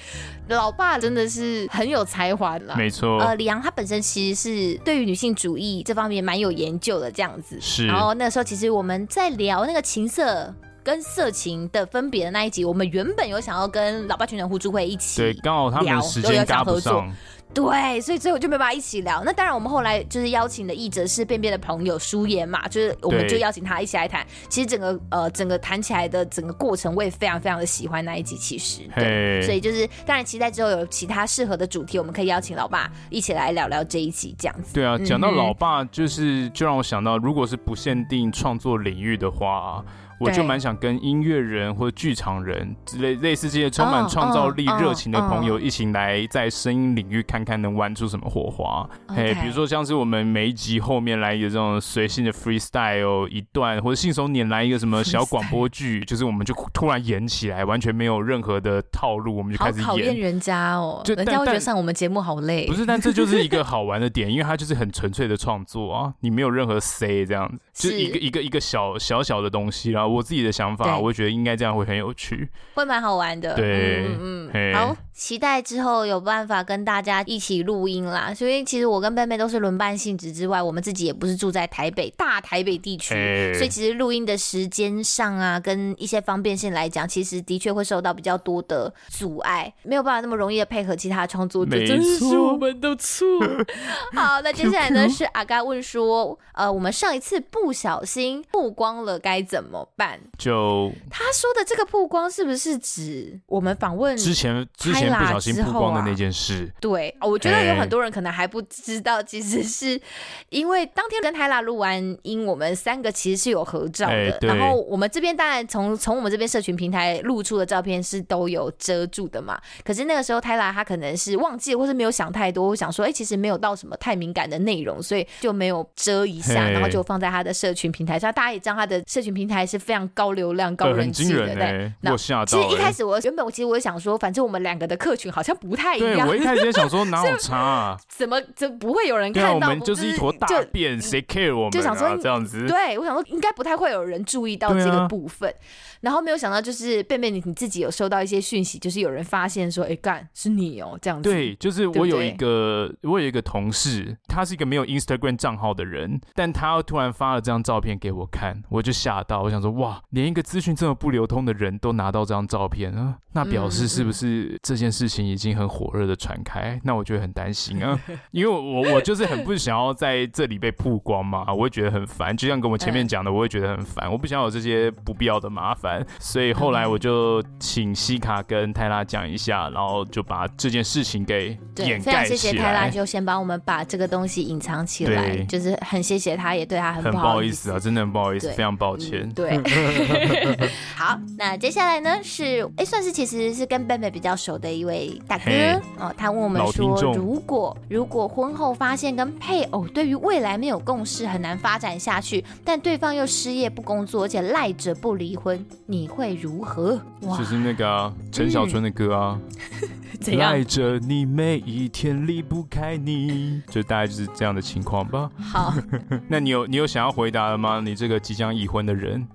A: 老爸真的是很有才华啦。
B: 没错，
A: 呃，李阳他本身其实是对于女性主义这方面蛮有研究的，这样子。
B: 是
A: 然后那时候其实我们在聊那个情色跟色情的分别的那一集，我们原本有想要跟老爸群人互助会一起
B: 对，刚好他
A: 聊
B: 们时
A: 都有
B: 间
A: 想
B: 搭
A: 合
B: 不
A: 作
B: 上，
A: 对，所以所以我就没办法一起聊。那当然，我们后来就是邀请的译者是便便的朋友舒言嘛，就是我们
B: 对
A: 就邀请他一起来谈。其实整个呃整个谈起来的整个过程，我也非常非常的喜欢那一集，其实对。
B: 嘿，
A: 所以就是，当然期待之后有其他适合的主题，我们可以邀请老爸一起来聊聊这一集这样子。
B: 对啊，讲到
A: 嗯
B: 老爸，就是就让我想到，如果是不限定创作领域的话，啊我就
A: 对
B: 蛮想跟音乐人或剧场人之类类似这些充满
A: 哦
B: 创造力、
A: 哦
B: 热情的朋友
A: 哦
B: 一起来在声音领域看看能玩出什么火花。哎，
A: OK
B: 比如说像是我们每一集后面来一个这种随性的 freestyle 一段，或者信手拈来一个什么小广播剧，就是我们就突然演起来，完全没有任何的套路，我们就
D: 好
B: 开始
D: 考验
B: 演。
D: 人家哦，
B: 就
D: 人
B: 但
D: 家会觉得
B: 但
D: 上我们节目好累
B: 不。是，但这就是一个好玩的点，因为它就是很纯粹的创作啊，你没有任何 say 这样子，就是
A: 是
B: 一个一个一个小小小的东西啦。我自己的想法，
A: 对
B: 我觉得应该这样会很有趣。
A: 会蛮好玩的。
B: 对
A: 嗯
B: 嘿
A: 嗯，好，期待之后有办法跟大家一起录音啦。所以其实我跟贝贝都是轮班性质之外，我们自己也不是住在台北大台北地区。
B: 哎
A: 所以其实录音的时间上啊，跟一些方便性来讲，其实的确会受到比较多的阻碍，没有办法那么容易的配合其他创作者。
B: 没
A: 真的是
B: 错
A: 我们的错。好，那接下来呢 是阿嘎问说，呃，我们上一次不小心曝光了，该怎么办？
B: 就
A: 他说的这个曝光是不是指我们访问？
B: 之前之
A: 拍
B: 前
A: 啦
B: 不小心
A: 之
B: 曝
A: 后
B: 光的
A: 啊
B: 那件事，
A: 对，哦我觉得
B: 哎
A: 有很多人可能还不知道，其实是因为当天跟泰拉录完音，我们三个其实是有合照
B: 哎
A: 的。
B: 对
A: 然后我们这边当然从从我们这边社群平台露出的照片是都有遮住的嘛。可是那个时候泰拉他可能是忘记了或是没有想太多，我想说，哎、其实没有到什么太敏感的内容，所以就没有遮一下，
B: 嘿
A: 然后就放在他的社群平台上。大家也知道他的社群平台是非常高流量、高
B: 对，
A: 人
B: 呃很
A: 气
B: 惊
A: 的，
B: 人
A: 对。
B: 哎、
A: 那
B: 我吓
A: 其
B: 到、
A: 实一开
B: 欸。
A: 始我原本我其实我也想说，反正我们两个的客群好像不太一
B: 对，
A: 样
B: 我，一开始也想说哪 有差啊？
A: 怎么这不会有人
B: 对啊，
A: 看
B: 我
A: 到？
B: 们就是一坨大
A: 就嗯
B: 便，谁 care 我们、啊？
A: 就想说
B: 这样子，
A: 对，我想说应该不太会有人注意到
B: 对啊
A: 这个部分，然后没有想到就是贝贝你你自己有收到一些讯息，就是有人发现说，哎干是你哦这样子，
B: 对，就是
A: 对
B: 我
A: 不
B: 有
A: 对
B: 一个，我有一个同事，他是一个没有 Instagram 账号的人，但他突然发了这张照片给我看，我就吓到，我想说哇，连一个资讯这么不流通的人都拿到这张照片啊，那表
A: 嗯
B: 示是不是这件事情已经很火热的传开？那我就会很担心啊，因为我我就是很不想要在这里被曝光嘛，啊我会觉得很烦，就像跟我前
A: 嗯
B: 面讲的，我会觉得很烦，我不想有这些不必要的麻烦，所以后
A: 嗯
B: 来我就请西卡跟泰拉讲一下，然后就把这件事情给
A: 对，
B: 掩
A: 非常
B: 盖
A: 谢谢
B: 起
A: 泰拉，
B: 来。
A: 就先帮我们把这个东西隐藏起来，
B: 对
A: 就是很谢谢他，也对他很
B: 很
A: 不
B: 不
A: 好
B: 好
A: 意
B: 意
A: 思
B: 思啊，真的很不好意思，
A: 对
B: 非常抱歉。
A: 嗯 对，好，那接下来呢是，哎，算是其实是跟贝贝比较熟的一位大哥
B: 嘿
A: 哦，他问我们
B: 老听
A: 说，
B: 众
A: 如果如果婚后发现跟配偶对于未来没有共识，很难发展下去，但对方又失业不工作，而且赖着不离婚，你会如何？哇嗯
B: 就，是那个啊陈、小春的歌啊，
D: 怎样？
B: 赖着你每一天离不开你，就大概就是这样的情况吧。
A: 好，
B: 那你有你有想要回答的吗？你这个即将已婚的人，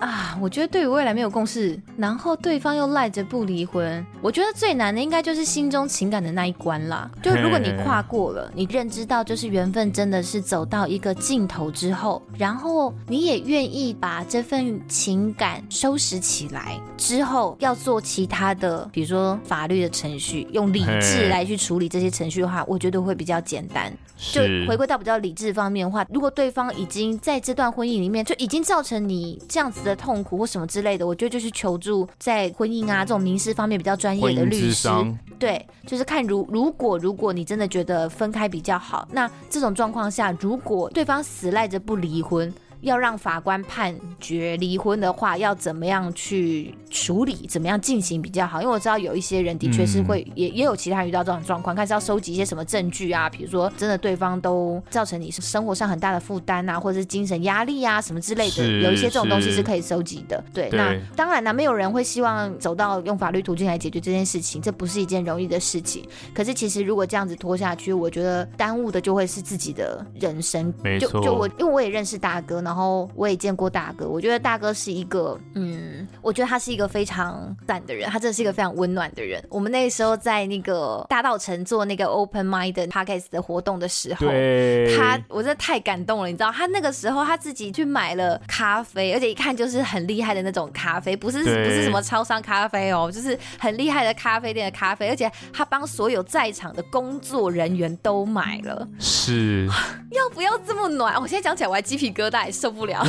A: 啊，我觉得对于未来没有共识，然后对方又赖着不离婚，我觉得最难的应该就是心中情感的那一关啦。就如果你跨过了，你认知到就是缘分真的是走到一个尽头之后，然后你也愿意把这份情感收拾起来，之后要做其他的，比如说法律的程序，用理智
B: 嘿
A: 来去处理这些程序的话，我觉得会比较简单。就是回归到比较理智方面的话，如果对方已经在这段婚姻里面就已经造成你这样子的痛苦或什么之类的，我觉得就是求助在婚姻啊这种民事方面比较专
B: 婚
A: 业的
B: 姻
A: 律
B: 智
A: 师。
B: 商，
A: 对，就是看如如果如果你真的觉得分开比较好，那这种状况下，如果对方死赖着不离婚。要让法官判决离婚的话，要怎么样去处理，怎么样进行比较好？因为我知道有一些人的确是会，也也有其他人遇到这种状况，看是要收集一些什么证据啊，比如说真的对方都造成你生活上很大的负担啊，或者是精神压力啊什么之类的，
B: 是
A: 有一些这种东西
B: 是
A: 是可以收集的。对，
B: 对
A: 那当然啦，没有人会希望走到用法律途径来解决这件事情，这不是一件容易的事情。可是其实如果这样子拖下去，我觉得耽误的就会是自己的人生。
B: 没
A: 就
B: 错
A: 就我，因为我也认识大哥，然后我也见过大哥，我觉得大哥是一个，嗯，我觉得他是一个非常赞的人，他真的是一个非常温暖的人。我们那时候在那个大道城做那个 open mind 的 podcast 的活动的时候，
B: 对，
A: 他我真的太感动了，你知道，他那个时候他自己去买了咖啡，而且一看就是很厉害的那种咖啡，不是
B: 对
A: 不是什么超商咖啡哦，就是很厉害的咖啡店的咖啡，而且他帮所有在场的工作人员都买了，
B: 嗯是
A: 要不要这么暖？我现在讲起来我还鸡皮疙瘩，受 不了。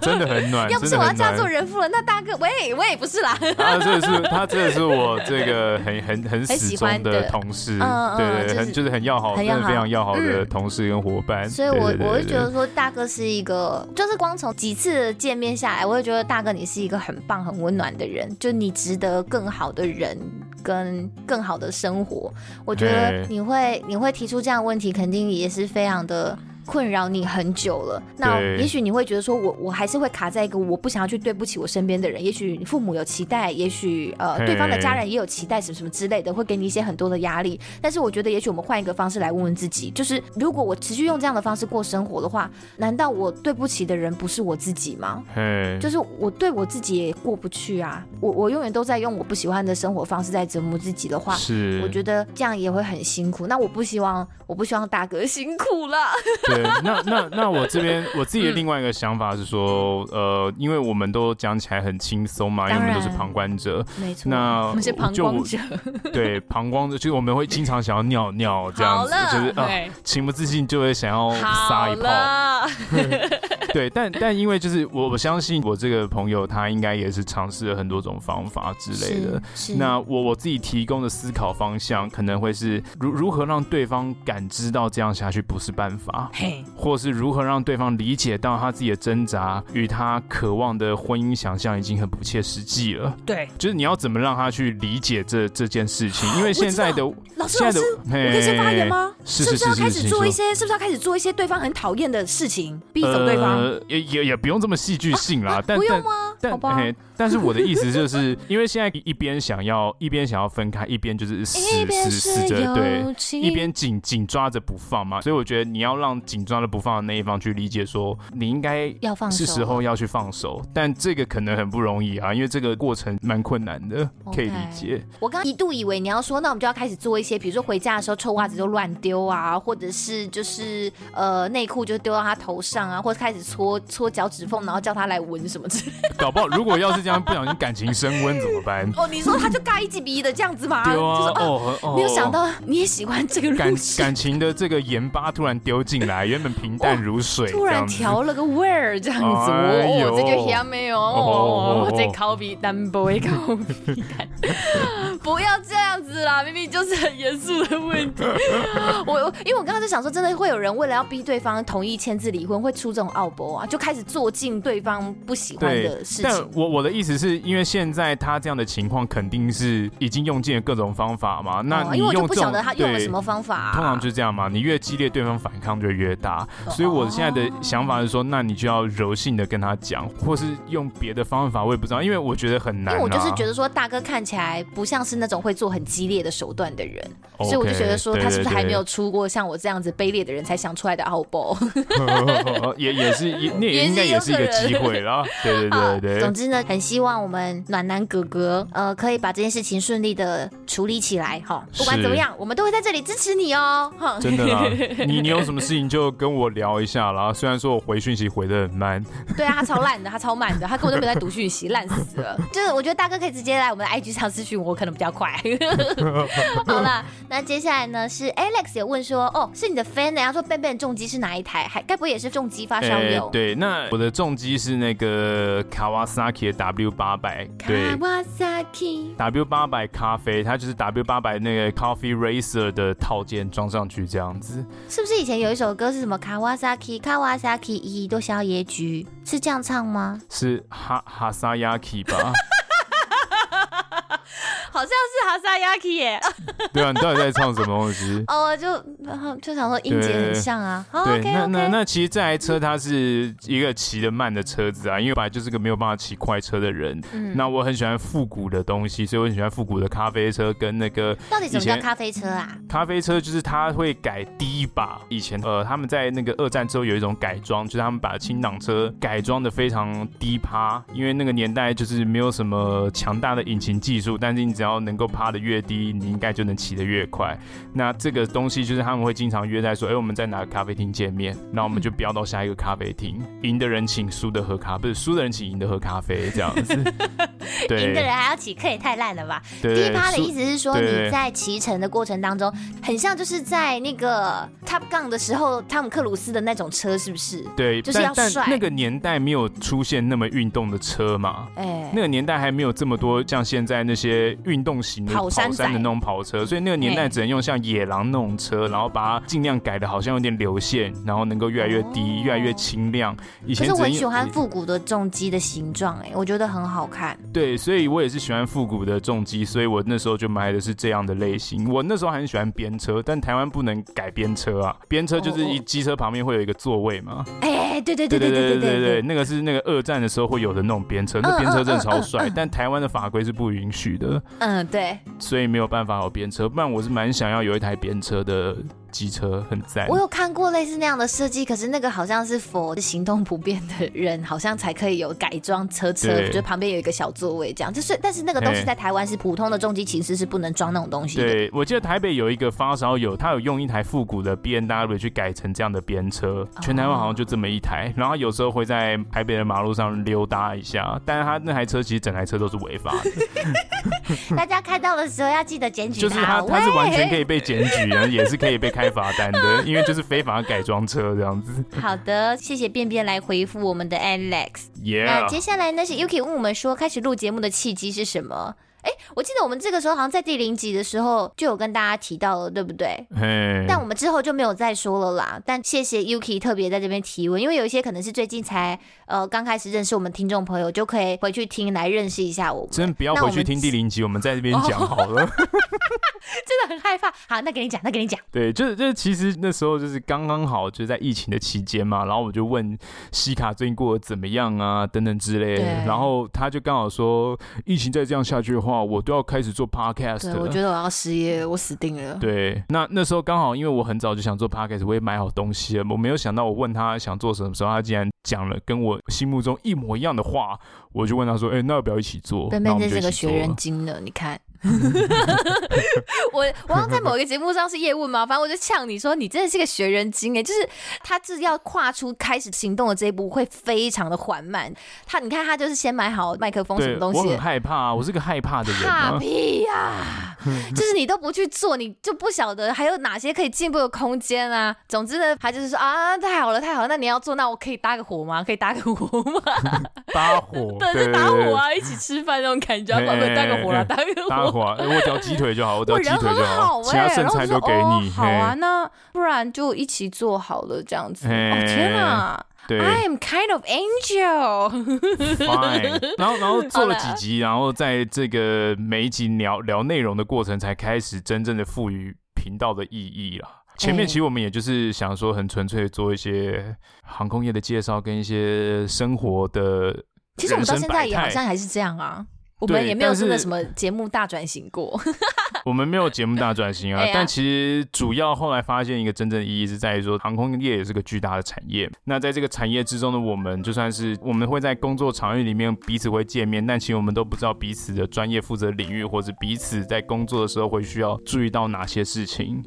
B: 真的很暖，
A: 要不
B: 真
A: 是
B: 的
A: 我要
B: 很
A: 嫁
B: 暖
A: 做人夫了，那大哥， 喂喂，不是啦，
B: 他真的是，他真的是我这个很很很死忠的同事，
A: 很喜欢的嗯嗯就
B: 对对，
A: 是
B: 很就是很要好，
A: 很
B: 真
A: 要好嗯
B: 的非常要好的同事跟伙伴。
A: 所以我
B: 对对对
A: 我会觉
B: 对
A: 得说，大哥是一个，就是光从几次的见面下来，我会觉得大哥你是一个很棒、很温暖的人，就你值得更好的人跟更好的生活。我觉得
B: 对
A: 你会你会提出这样的问题，肯定也是非常的。困扰你很久了，那
B: 对
A: 也许你会觉得说我，我还是会卡在一个我不想要去对不起我身边的人。也许父母有期待，也许呃
B: 嘿
A: 对方的家人也有期待，什么什么之类的，会给你一些很多的压力。但是我觉得，也许我们换一个方式来问问自己，就是如果我持续用这样的方式过生活的话，难道我对不起的人不是我自己吗？
B: 嘿，
A: 就是我对我自己也过不去啊，我我永远都在用我不喜欢的生活方式在折磨自己的话。
B: 是，
A: 我觉得这样也会很辛苦，那我不希望，我不希望大哥辛苦了。
B: 对，那那那我这边
A: 嗯
B: 我自己的另外一个想法是说，呃，因为我们都讲起来很轻松嘛，因为我们都是
A: 当然
B: 旁观者，
A: 没错，
B: 那
A: 我们是旁
B: 就
A: 观
B: 我
A: 者。
B: 对，膀胱就是我们会经常想要尿尿这样
A: 好
B: 子，
A: 了
B: 就是啊、
A: 对
B: 情不自禁就会想要撒
A: 好
B: 一泡。
A: 了，
B: 对，但但因为就是我我相信我这个朋友他应该也是尝试了很多种方法之类的。
A: 是
B: 那我我自己提供的思考方向可能会是如如何让对方感知到这样下去不是办法，
A: 嘿，
B: 或是如何让对方理解到他自己的挣扎与他渴望的婚姻想象已经很不切实际了。
A: 对，
B: 就是你要怎么让他去理解这这件事情，因为现在的
A: 老师
B: 现在的
A: 老
B: 嘿
A: 我可以先发言吗？
B: 是
A: 是不
B: 是
A: 是要
B: 是
A: 开
B: 是
A: 始
B: 是
A: 做一
B: 是
A: 些？是不是要开始做一些对方很讨厌的事情，逼走对方？啊
B: 呃、也也也不用这么戏剧性啦，但
A: 不用
B: 但
A: 吗？好
B: 但
A: 吧，
B: 嘿，但是我的意思就是， 因为现在一边想要一边想要分开，一边就是死死死着对，
A: 情
B: 一边紧紧抓着不放嘛。所以我觉得你要让紧抓着不放的那一方去理解说，你应该
A: 要放手
B: 是时候要去放手，但这个可能很不容易啊，因为这个过程蛮困难的，可以理
A: OK
B: 解。
A: 我刚一度以为你要说，那我们就要开始做一些，比如说回家的时候臭袜子就乱丢啊，或者是就是呃内裤就丢到他头上啊，或者开始搓搓脚趾缝，然后叫他来闻什么之类的。
B: 搞不好如果要是这样，不小心感情升温怎么 办？
A: 哦，你说他就尬一级逼的这样子吗？
B: 对
A: 就
B: 啊
A: 说，哦，
B: 哦哦，
A: 没有想到你也喜欢这个
B: 感
A: 路线，
B: 感情的这个盐巴突然丢进来，原本平淡如水，
A: 突然
B: 这样子
A: 调了个味儿，这样子，
B: 哎
A: 哦
B: 呦，
A: 这就香没有，
B: 哦
A: 哦，这考比单不会考比， 不要这样子啦，明明就是很严肃的问题。 我我因为我刚刚就想说，真的会有人为了要逼对方同意签字离婚，会出这种奥博啊，就开始做尽对方不喜欢
B: 对
A: 的事，
B: 但
A: 情。
B: 我我的意思是因为现在他这样的情况肯定是已经用尽了各种方法嘛，那
A: 哦
B: 你
A: 因为我就
B: 用
A: 不
B: 这
A: 晓
B: 种
A: 得他用了
B: 对
A: 什么方法啊、
B: 通常就这样嘛，你越激烈，对方反抗就越大。
A: 哦
B: 所以我现在的想法是说，那你就要柔性的跟他讲，或是用别的方法，我也不知道，因为我觉得很
A: 因
B: 难、啊。
A: 为我就是觉得说，大哥看起来不像是那种会做很激劣的手段的人
B: OK，
A: 所以我就觉得说
B: 对
A: 他是不是
B: 对
A: 还没
B: 对
A: 有出过像我这样子卑劣的人才想出来的奥包？
B: 也也是 也那
A: 也
B: 也
A: 是
B: 应该也是一个机会啦。对对对对，
C: 总之呢，很希望我们暖男哥哥呃可以把这件事情顺利的处理起来哈。不管
B: 是
C: 怎么样，我们都会在这里支持你哦。哈，
B: 真的啦，你你有什么事情就跟我聊一下啦。虽然说我回讯息回的很慢，
A: 对啊，他超烂的，他超慢的，他根本就没有在读讯息，烂死了。
C: 就是我觉得大哥可以直接来我们的 IG 上私讯我，我可能比较快。 好了，那接下来呢是 Alex 有问说，哦，是你的 fan 呢？他说笨笨的重击是哪一台？还该不会也是重击发烧友？
B: 对，那我的重击是那个 Kawasaki 的 W 八百，对。
C: ，Kawasaki。
B: W 八百咖啡，它就是 W 八百那个 Coffee Racer 的套件装上去这样子。
C: 是不是以前有一首歌是什么 Kawasaki Kawasaki 一多小野菊是这样唱吗？
B: 是哈哈萨亚 k 吧？
C: 好像是哈萨亚基耶，
B: 对啊，你到底在唱什么东西？
C: 哦，就呃就想说音节很像啊。好
B: 对
C: OK
B: 那那
C: OK，
B: 那其实这台车它是一个骑得慢的车子啊，因为我本来就是个没有办法骑快车的人。
C: 嗯
B: 那我很喜欢复古的东西，所以我很喜欢复古的咖啡车跟那个
C: 到底什么
B: 以
C: 叫
B: 前
C: 咖啡车啊？
B: 咖啡车就是它会改第一把，以前呃他们在那个二战之后有一种改装，就是他们把清档车改装的非常低趴，因为那个年代就是没有什么强大的引擎技术，但是你只要能够趴的越低，你应该就能骑得越快。那这个东西就是他们会经常约在说，哎、我们在哪个咖啡厅见面，那我们就飙到下一个咖啡厅，赢的人请，输的喝咖，不是输的人请，赢的喝咖啡这样子。对，
C: 赢的人还要起课也太烂了吧！
B: 对
C: 第一
B: 对
C: 趴的
B: 输
C: 意思是说
B: 对对
C: 你在骑乘的过程当中，很像就是在那个 Top Gun 的时候，汤姆克鲁斯的那种车是不是？
B: 对，
C: 就是要
B: 但但
C: 帅
B: 那个年代没有出现那么运动的车嘛，
A: 哎，
B: 那个年代还没有这么多像现在那些运动型的
A: 跑
B: 跑
A: 山
B: 山
A: 仔
B: 的那种跑车，所以那个年代
A: 嘿
B: 只能用像野狼那种车，然后把它尽量改的好像有点流线，然后能够越来越低，
C: 哦
B: 越来越轻量。以
C: 可
B: 前
C: 是
B: 只
C: 我
B: 能
C: 很喜欢
B: 用
C: 复古的重机的形状，哎，我觉得很好看。
B: 对，所以我也是喜欢复古的重机，所以我那时候就买的是这样的类型。我那时候还很喜欢边车，但台湾不能改边车啊，边车就是一
A: 哦哦
B: 机车旁边会有一个座位嘛。
C: 哎，对 对
B: 对对对
C: 对对对
B: 对
C: 对嗯
B: 对对，，
C: 对
B: 那个是那个二战的时候会有的那种边车，那边车真的超帅，但台湾的法规是不允许的，
A: 嗯，对，
B: 所以没有办法有边车。不然我是蛮想要有一台边车的机车，很赞
C: 我。有看过类似那样的设计，可是那个好像是否
A: 行动不便的人好像才可以有改装车车，
B: 对
A: 就旁边有一个小座位这样。就是，但是那
C: 那
A: 个
C: 个东西
B: 哎
C: 在台湾是普通的重机，其实是不能装那种东 西的。
B: 对，我记得台北有一个发烧友，他有用一台复古的 B N W 去改成这样的边车，
C: 哦
B: 全台湾好像就这么一台。然后有时候会在台北的马路上溜达一下，但是他那台车其实整台车都是违法 的，
C: 大家看到的时候要记得检举哦
B: 就是他
C: 他。
B: 他是完全可
C: 以。
B: 以被检举，然后也是可以被开罚单 的，因为就是非法改装车这样子。
C: 好的，谢谢便便来回复我们的 Alex。那
B: Yeah，
C: 接下来呢是 Yuki 问我们说，开始录节目的契机是什么？哎，我记得我们这个时候好像在第零集的时候就有跟大家提到了，对不对？
B: 嗯嘿，
C: 但我们之后就没有再说了啦。但谢谢 Yuki 特别在这边提问，因为有一些可能是最近才呃刚开始认识我们听众朋友，就可以回去听来认识一下我们。
B: 真不要
C: 那我
B: 回
C: 们
B: 去听第零集，我们在这边讲好 了。
C: 真的很害怕。好，那给你讲，那给你讲。
B: 对，就是就是，其实那时候就是刚刚好，就是在疫情的期间嘛，然后我就问西卡最近过得怎么样啊，等等之类的
A: 对，
B: 然后他就刚好说，疫情再这样下去的话，我都要开始做 podcast
A: 对，
B: 了。
A: 我觉得我要失业，我死定了。
B: 对，那那时候刚好，因为我很早就想做 podcast，我也买好东西了。我没有想到，我问他想做什么时候，他竟然讲了跟我心目中一模一样的话。我就问他说：“哎、那要不要一起做？”
A: 笨
B: 那
A: 笨
B: 我
A: 真
B: 们就是一
A: 个
B: 起
A: 学
B: 做
A: 人
B: 了
A: 精呢，你 看。我我好像在某一个节目上是叶问嘛，反正我就呛你说你真的是个学人精哎，就是他是要跨出开始行动的这一步会非常的缓慢。他你看他就是先买好麦克风什
B: 对，
A: 么东
B: 我
A: 西嗯
B: 很，害怕、我是个害怕的人、啊。
A: 怕屁呀、
B: 嗯
A: 就是你都不去做，你就不晓得还有哪些可以进步的空间啊。总之呢，他就是说啊，太好了太好了，那你要做，那我可以搭个火吗？可以搭个火吗？
B: 搭火，
A: 对，
B: 对
A: 就搭火啊，一起吃饭那种感觉，
B: 哎
A: 不搭个火啦，
B: 哎
A: 搭个
B: 对对搭
A: 火。
B: 火 啊，哎我只要鸡腿就好，我只要
A: 我
B: 鸡
A: 人
B: 腿
A: 很
B: 就
A: 好
B: 其
A: 哎、
B: 他
A: 然
B: 剩
A: 后
B: 菜
A: 我就说
B: 都给你。
A: 哦、好啊，
B: 嘿，
A: 那不然就一起做好了这样子。
B: 嘿
A: 哦天哪
B: 对
A: ，I am kind of angel。
B: ，fine。然后，然后做了几
A: 嗯
B: 集，然后在这个每一集聊聊内容的过程，才开始真正的赋予频道的意义啦。
A: 哎
B: 前面其实我们也就是想说，很纯粹地做一些航空业的介绍，跟一些生活的
A: 其实我们到
B: 人生
A: 现在
B: 百
A: 也好
B: 态
A: 像还是这样啊，
C: 我们
B: 哎对
C: 也没有
B: 但是
C: 真的什么节目大转型过。
B: 我们没有节目大转型啊
C: 哎呀，
B: 但其实主要后来发现一个真正的意义是在于说，航空业也是个巨大的产业。那在这个产业之中的我们，就算是我们会在工作场域里面彼此会见面，但其实我们都不知道彼此的专业负责领域，或者彼此在工作的时候会需要注意到哪些事情。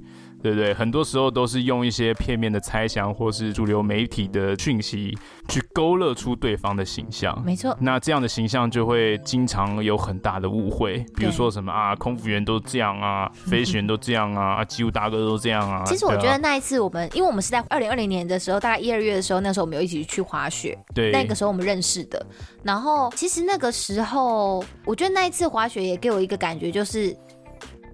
B: 对不对？很多时候都是用一些片面的猜想，或是主流媒体的讯息，去勾勒出对方的形象。
A: 没错，
B: 那这样的形象就会经常有很大的误会，比如说什么啊，空服员都这样 啊，飞行员都这样啊，啊，机务大哥都这样啊。
C: 其实我觉得
B: 对啊
C: 那一次我们，因为我们是在二零二零年的时候，大概一二月的时候，那时候我们有一起去滑雪，
B: 对
C: 那个时候我们认识的。然后其实那个时候，我觉得那一次滑雪也给我一个感觉，就是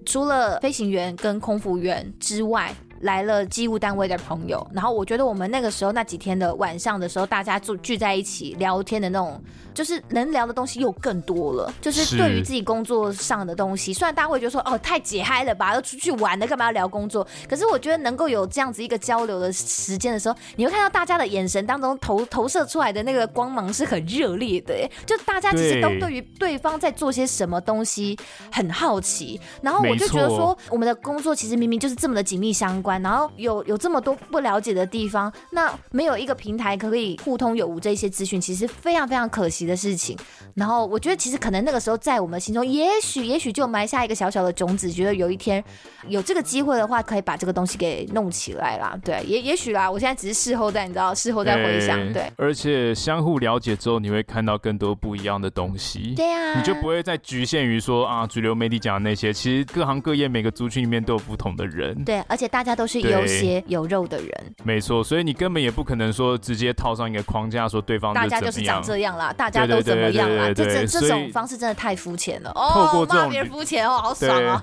C: 除了飞行员跟空服员之外。来了机务单位的朋友，然后我觉得我们那个时候那几天的晚上的时候，大家聚聚在一起聊天的那种，就是能聊的东西又更多了。就是
B: 是
C: 对于自己工作上的东西，虽然大家会觉得说哦太解嗨了吧，要出去玩了，干嘛要聊工作？可是我觉得能够有这样子一个交流的时间的时候，你会看到大家的眼神当中投投射出来的那个光芒是很热烈的，哎就大家其实都
B: 对
C: 对于对方在做些什么东西很好奇。然后我
B: 没
C: 就觉得说
B: 错，
C: 我们的工作其实明明就是这么的紧密相关，然后有有这么多不了解的地方，那没有一个平台可以互通有无这些资讯，其实非常非常可惜的事情。然后我觉得其实可能那个时候在我们心中，也许也许就埋下一个小小的种子，觉得有一天有这个机会的话，可以把这个东西给弄起来啦。对，也也许啦，我现在只是事后再你知道，事后再回想，
B: 哎
C: 对
B: 而且相互了解之后，你会看到更多不一样的东西。
C: 对啊呀、
B: 你就不会再局限于说啊，主流媒体讲的那些。其实各行各业每个族群里面都有不同的人，
C: 对，而且大家都是
B: 对
C: 有血有肉的人，
B: 没错。所以你根本也不可能说直接套上一个框架，说对方
C: 大家
B: 怎
C: 就是
B: 么
C: 长
B: 样。
C: 这样啦，大家
B: 对对
C: 都怎么
B: 对
C: 样
B: 对
C: 啦，
B: 对
C: 这
B: 对
C: 这这
B: 所
C: 种
B: 以
C: 方式真的太肤浅了
B: 透
C: 哦
B: 过，这
C: 骂
B: 种
C: 别人
B: 理
C: 肤 浅哦，好爽
B: 对
C: 啊！，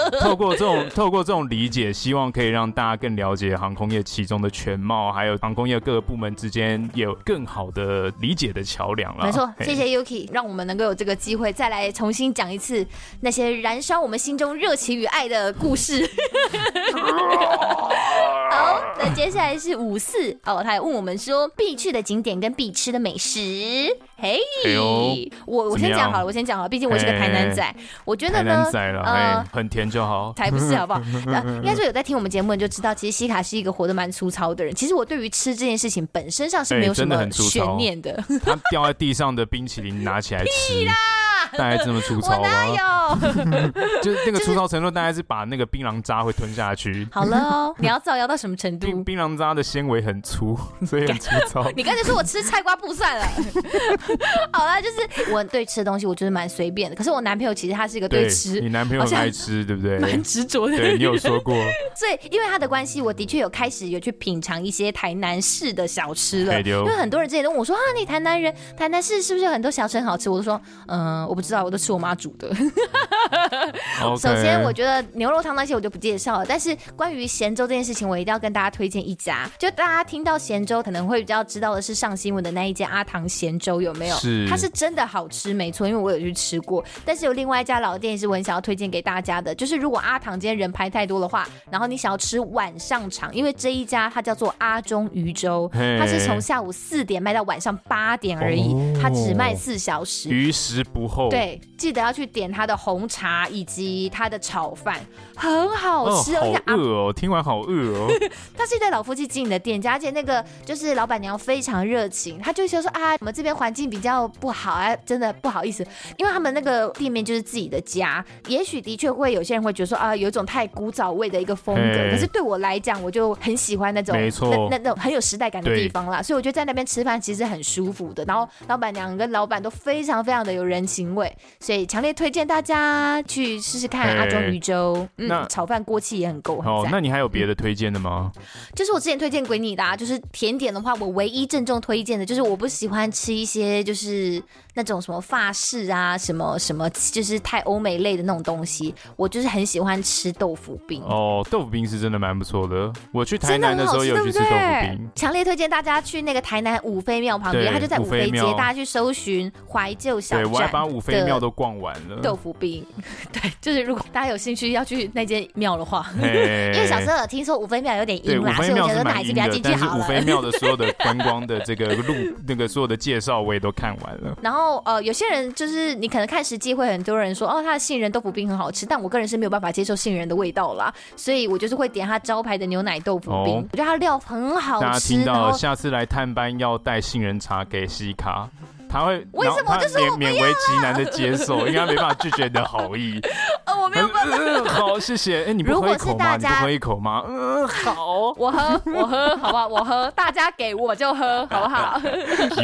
B: 透过这种透过这种理解，希望可以让大家更了解航空业其中的全貌，还有航空业各个部门之间有更好的理解的桥梁了。
C: 没错，
B: 嘿
C: 谢。谢 Yuki，让我们能够有这个机会再来重新讲一次那些燃烧我们心中热情与爱的故事。 好，那接下来是五四哦，他还问我们说必去的景点跟必吃的美食。嘿，
B: 哎呦
C: 我
B: 怎
C: 我
B: 么
C: 先讲
B: 样
C: 好了，我先讲好了，毕竟我是个台南仔，我觉得
B: 台
C: 呢
B: 南，仔了，哎、
C: 呃
B: 很甜就好。
C: 才不是好 不好？那应该说有在听我们节目，你就知道，其实西卡是一个活得蛮粗糙的人。其实我对于吃这件事情本身上是没有
B: 哎
C: 什
B: 真的
C: 么
B: 很粗糙
C: 悬念 的。
B: 他掉在地上的冰淇淋拿起来吃，大概这么粗糙
C: 我
B: 吗
C: 哪？有？
B: 就是那个粗糙程度，大概是把那个槟榔渣会吞下去。
C: 好了哦，你要造谣到什么程
B: 槟
C: 度？
B: 槟榔渣的纤维很粗， 所以很粗糙。
C: 你刚才说我吃菜瓜布散了。好了，就是我对吃的东西我就是蛮随便的，可是我男朋友其实他是一个 对吃
B: 你男朋友
C: 好
B: 很
C: 像
B: 爱吃，对不对？
C: 蛮执着的
B: 对
C: 人
B: 你。有说过，
C: 所以因为他的关系，我的确有开始有去品尝一些台南市的小吃了。
B: 哎对
C: 因
B: 哦
C: 为很多人之前都问我说啊，你台南人，台南市是不是有很多小吃很好吃？我都说，嗯、我不知道，我都吃我妈煮的。
B: OK
C: 首先，我觉得牛肉汤那些我就不介绍了。但是关于咸粥这件事情，我一定要跟大家推荐一家。就大家听到咸粥，可能会比较知道的是上新闻的那一间阿唐咸粥，有没有？
B: 是
C: 它是真的好吃，没错，因为我有去吃过。但是有另外一家老店是我很想要推荐给大家的，就是如果阿唐今天人排太多的话，然后你想要吃晚上场，因为这一家它叫做阿中鱼粥，
B: 嘿
C: 它是从下午四点卖到晚上八点而
B: 哎
C: 已，
B: 哦
C: 它只卖四小时。
B: 于时不候。
C: 对，记得要去点它的红茶以及它的炒饭，很好
B: 哦，
C: 吃，而且
B: 好
C: 啊，
B: 饿哦，听完好饿哦。
C: 它是一对老夫妻经营的店家，而且那个就是老板娘非常热情，她就说说啊，我们这边环境比较不好，啊，真的不好意思，因为他们那个店面就是自己的家，也许的确会有些人会觉得说啊，有一种太古早味的一个风格，
B: 嘿
C: 可是对我来讲，我就很喜欢那种
B: 没错
C: 那那那种很有时代感的
B: 对
C: 地方啦，所以我觉得在那边吃饭其实很舒服的，然后老板娘跟老板都非常非常的有人情味，所以强烈推荐大家去试试看
B: 嘿
C: 阿中鱼粥， 嗯
B: 那，
C: 炒饭锅气也很够，很
B: 哦，
C: 赞。
B: 那你还有别的推荐的吗？
C: 嗯就是我之前推荐给你的、啊，就是甜点的话，我唯一郑重推荐的就是我不喜欢吃一些就是那种什么法式啊，什么什么，就是太欧美类的那种东西，我就是很喜欢吃豆腐冰。
B: 哦，豆腐冰是真的蛮不错的。我去台
C: 真的
B: 南的
C: 很
B: 时
C: 好
B: 候
C: 吃，
B: 有
C: 对
B: 去
C: 不
B: 吃
C: 对？
B: 豆腐冰。
C: 强烈推荐大家去那个台南五妃庙旁边，
B: 对
C: 它就在五妃街
B: 五妃，庙
C: 大家去搜寻怀旧小
B: 对，我还把
C: 站。
B: 五妃庙都逛完
C: 豆
B: 了。
C: 腐冰，对，就是如果大家有兴趣要去那间庙的话，
B: 因
C: 因为小时候有听说五妃庙有点
B: 对
C: 阴
B: 五
A: 啊
C: 啦，所以
B: 妃
C: 我
B: 庙
C: 想
B: 是
C: 说那还
B: 蛮
C: 是
B: 阴
C: 不要
B: 的，
C: 进去
B: 但是
C: 好
B: 五
C: 了。
B: 妃庙的所有的观光的这个路，那个所有的介绍我也都看完了。
C: 然后
A: 后呃，有些人就是你可能看实际会很多人说哦，他的杏仁豆腐冰很好吃，但我个人是没有办法接受杏仁的味道啦，所以我就是会点他招牌的牛奶豆腐冰，
B: 哦
A: 我觉得它料很好
B: 大家
A: 吃，哦
B: 听
A: 然
B: 到了，
A: 后
B: 下次来探班要带杏仁茶给西卡。他会，
A: 为
B: 然后
A: 什么
B: 他
A: 就是
B: 勉勉为其难的接受，因为他没办法拒绝你的好意。
A: 呃， 我没有办法，。
B: 嗯 好，谢谢。哎，你不
C: 如
B: 喝
C: 果
B: 一口
C: 是
B: 吗？
C: 大
B: 你
C: 家
B: 不喝一口吗？嗯，好
A: 我喝我喝好不好？我喝，大家给我就喝好不 好？
B: 啊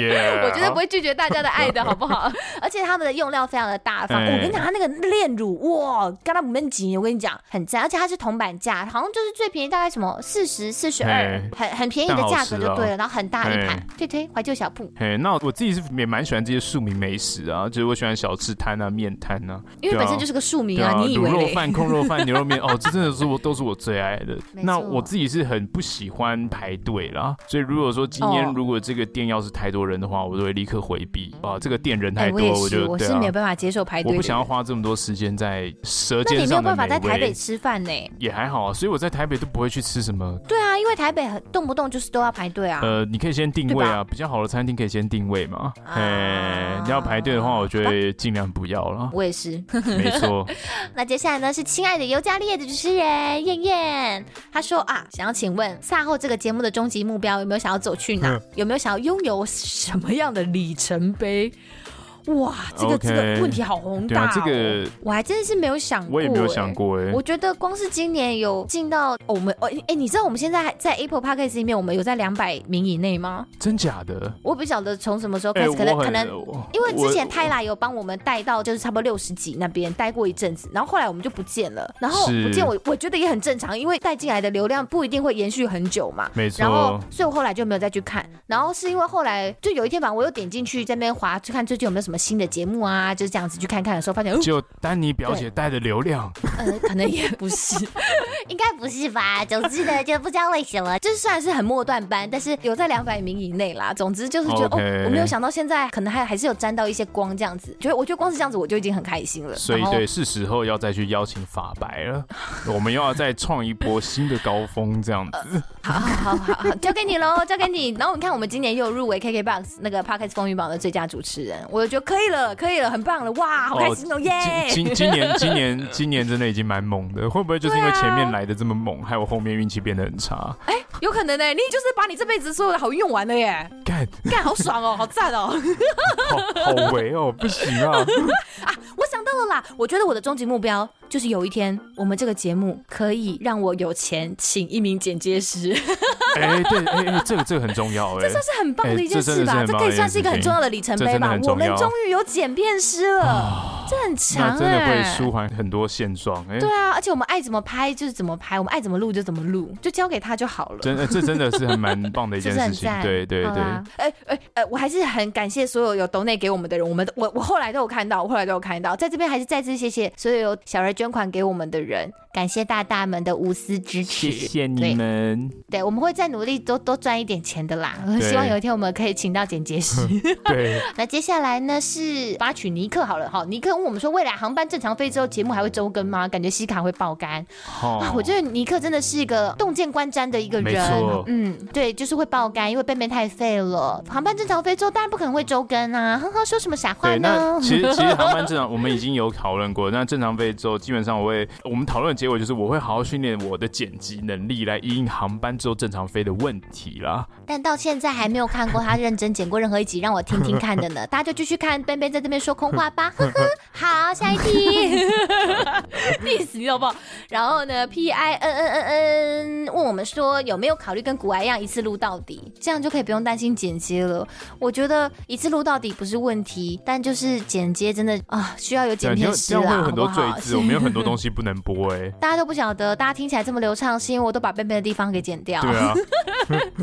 B: 耶，
A: 我绝对不会拒绝大家的爱的好不好？
C: 而且他们的用料非常的大方。
B: 哎
C: 我跟你讲，他那个炼乳哇，刚刚五面级，我跟你讲很赞，而且它是铜板价，好像就是最便宜，大概什么四十、四十二
B: 哎，
C: 很很便宜的价格就
A: 哦
C: 对了，然后很大一盘
B: 哎，
C: 推推怀旧小铺。
B: 嘿，那我自己是也蛮喜欢这些庶民美食啊，就是我喜欢小吃摊啊、面摊啊，
A: 因为
B: 对啊
A: 本身就是个庶民
B: 对
A: 啊，你以为
B: 卤肉
A: 嘞？
B: 饭、控肉饭、牛肉面，哦，这真的是我都是我最爱的。
C: 没
B: 那
C: 错
B: 我自己是很不喜欢排队啦，所以如果说今天
A: 哦
B: 如果这个店要是太多人的话，我都会立刻回避。啊，这个店人
A: 哎
B: 太多，
A: 也
B: 我
A: 是，
B: 就
A: 我
B: 对
A: 是
B: 啊
A: 没有，办法接受排
B: 我
A: 队
B: 不
A: 的
B: 想
A: 人。
B: 要花这么多时间在舌
A: 那
B: 尖
A: 你没有
B: 上
A: 办
B: 的
A: 法在
B: 美
A: 台北
B: 味。
A: 吃饭呢？
B: 也还好啊，所以我在台北都不会去吃什么。
C: 对啊，因为台北很动不动就是都要排队啊。
B: 呃，你可以先定位啊，比较好的餐厅可以先定位嘛。
C: 啊
B: 哎，你要排队的话，我觉得尽量不要了。
C: 我也是。
B: 没 错，
C: 那接下来呢是亲爱的尤加利叶的主持人燕燕，她说啊，
A: 想要请问赛后这个节目的终极目标有没有想要走去哪？有没有想要拥有什么样的里程碑？哇，这个
B: 呃 OK
A: 这个问题好宏
B: 对
A: 大、
B: 啊
A: 哦，
B: 这个
A: 我还真的是没有想过、
B: 我也没有
C: 欸
B: 想。过哎、
A: 我觉得光是今年有进到、哦我们哦，哎、你知道我们现在还在 Apple Podcast 里面，我们有在两百名以内吗？
B: 真假的？
A: 我不晓得从什么时候开
B: 哎，
A: 始，
B: 我
A: 可能
B: 很
A: 可能
B: 我
A: 因为之前泰
B: 我
A: 拉有帮我们带到，就是差不多六十几那边待过一阵子，然后后来我们就不见了，然后
B: 是
A: 不见我，我觉得也很正常，因为带进来的流量不一定会延续很久嘛。
B: 没错
A: 然后，所以我后来就没有再去看。然后是因为后来就有一天，反正我又点进去这边划，去看最近有没有什么新的节目啊，就是这样子去看看的时候，发现，嗯
B: 就丹尼表姐带的流量，
A: 呃，可能也不是。
C: 应该不是吧？总之呢，就不知道为 什么。
A: 就是虽然是很末段班，但是有在两百名以内啦。总之就是觉得
B: OK
A: 哦，我没有想到现在可能还还是有沾到一些光这样子。觉得我觉得光是这样子我就已经很开心了。
B: 所以
A: 然后
B: 对，是时候要再去邀请法白了，我们又要再创一波新的高峰，这 样子。
A: 好好好好，交给你喽，交给你。然后你看，我们今年又入围 KKBOX 那个 Podcast 风云榜的最佳主持人，我就觉得可以了，可以了，很棒了，哇，好开心哦，耶、
B: 今今今年今年今年真的已经蛮猛的，会不会就是因为
A: 啊
B: 前面来的这么猛，害我后面运气变得很差？
A: 有可能呢、你就是把你这辈子所有的好运用完了耶，
B: 干，
A: 干好爽哦，好赞哦。
B: 好好 围哦，不行啊！
A: 我想到了啦，我觉得我的终极目标就是有一天，我们这个节目可以让我有钱请一名剪接 师，
B: 哎，对，哎哎，这个这个很重要哎
A: 这，算是很棒的一件事吧？
B: 哎这真的是很
A: 这
B: 棒
A: 可
B: 的
A: 以算是一个很重要的里程碑吧
B: 一件事情这真的很？重
A: 我
B: 要啊
A: 们终于有剪片师了，这很强
B: 那
A: 哎、
B: 真的会舒缓很多现状哎。
A: 对啊，而且我们爱怎么拍就是怎么拍，我们爱怎么录就怎么录，就交给他就好了。
B: 真的，呃这真的是很蛮棒的一件
A: 是不是很
B: 事情
A: 赞，
B: 对对
C: 好
B: 对。
C: 啦，
A: 哎哎哎，我还是很感谢所有有抖内给我们的人，我们我我后来都有看到，我后来都有看到，在这边还是再次谢谢所有有小额捐款给我们的人，
C: 感谢大大们的无私支持，对
B: 们。
A: 对我们会再努力多多赚一点钱的啦。
B: 对
A: 希望有一天我们可以请到剪接 师。
B: 对，
A: 那接下来呢是八曲尼克好了哈，尼克问我们说未来航班正常飞之后节目还会周更吗？感觉西卡会爆肝。啊
B: 哦，
A: 我觉得尼克真的是一个洞见观瞻的一个
B: 没
A: 人
B: 错，
A: 嗯，
C: 对，就是会爆肝，因为贝贝太废了。航班正常非洲，当然不可能会周更啊！呵呵，说什么傻话
B: 对，那
C: 呢？
B: 其实 其实航班正常，我们已经有讨论过。那正常飞之后，基本上我会，我们讨论的结果就是我会好好训练我的剪辑能力，来因应航班之后正常飞的问题啦。
C: 但到现在还没有看过他认真剪过任何一集让我听听看的呢。大家就继续看贝贝在这边说空话吧。呵呵，好，下 一题。
A: 死你好不好？然后呢，P I N N N N 问我们说有没有考虑跟古埃一样一次录到底，这样就可以不用担心剪接了。我觉得一次录到底不是问题，但就是剪接真的啊，需要有
B: 对
A: 剪，
B: 你
A: 片
B: 会
A: 师
B: 这
A: 啦，
B: 样会有
A: 好
B: 很
A: 不
B: 多罪
A: 好？
B: 字，我们有很多东西不能播 哎、
A: 大家都不晓得，大家听起来这么流畅，是因为我都把笨笨的地方给剪掉。
B: 对啊，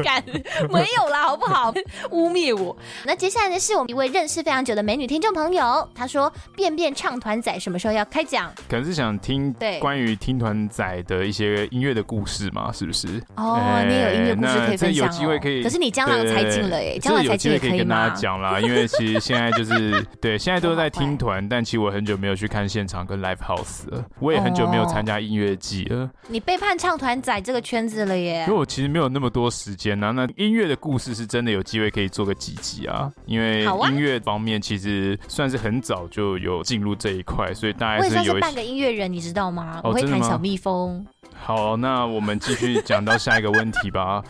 A: 干，没有啦，好不好？污蔑我。
C: 那接下来呢，是我们一位认识非常久的美女听众朋友，她说：“便便唱团仔什么时候要开讲
B: 可能是想 想听
C: 对
B: 关于听团仔的一些音乐的故事嘛，是不是？
C: 哦，
B: 哎
C: 你也有音乐故事可
B: 那
C: 以
B: 这
C: 分享、
B: 有
C: 哦。
B: 机会可以
C: 可是你江郎才尽了哎，江郎
B: 这
C: 才
B: 有机
C: 尽
B: 会
C: 也
B: 可
C: 以
B: 跟大家
C: 吗？
B: 讲 啦，因为其实现在就是对，现在都在听团，但其实我很久没有去看现场跟 live house 了，我也很久没有参加音乐季了，
C: 你背叛唱团仔这个圈子了耶
B: 因为！我其实没有那么多时间呢、那音乐的故事是真的有机会可以做个几集啊，因为
C: 好啊
B: 音乐方面其实算是很早就有进入这一块，所以大
C: 我
B: 概
C: 也算
B: 是
C: 是
B: 有一
C: 半
B: 些。
C: 个音乐人，你知道吗？
B: 哦
C: 我会
B: 真的
C: 弹
B: 吗
C: 小蜜蜂。
B: 好，那我们继续讲到下一个问题吧。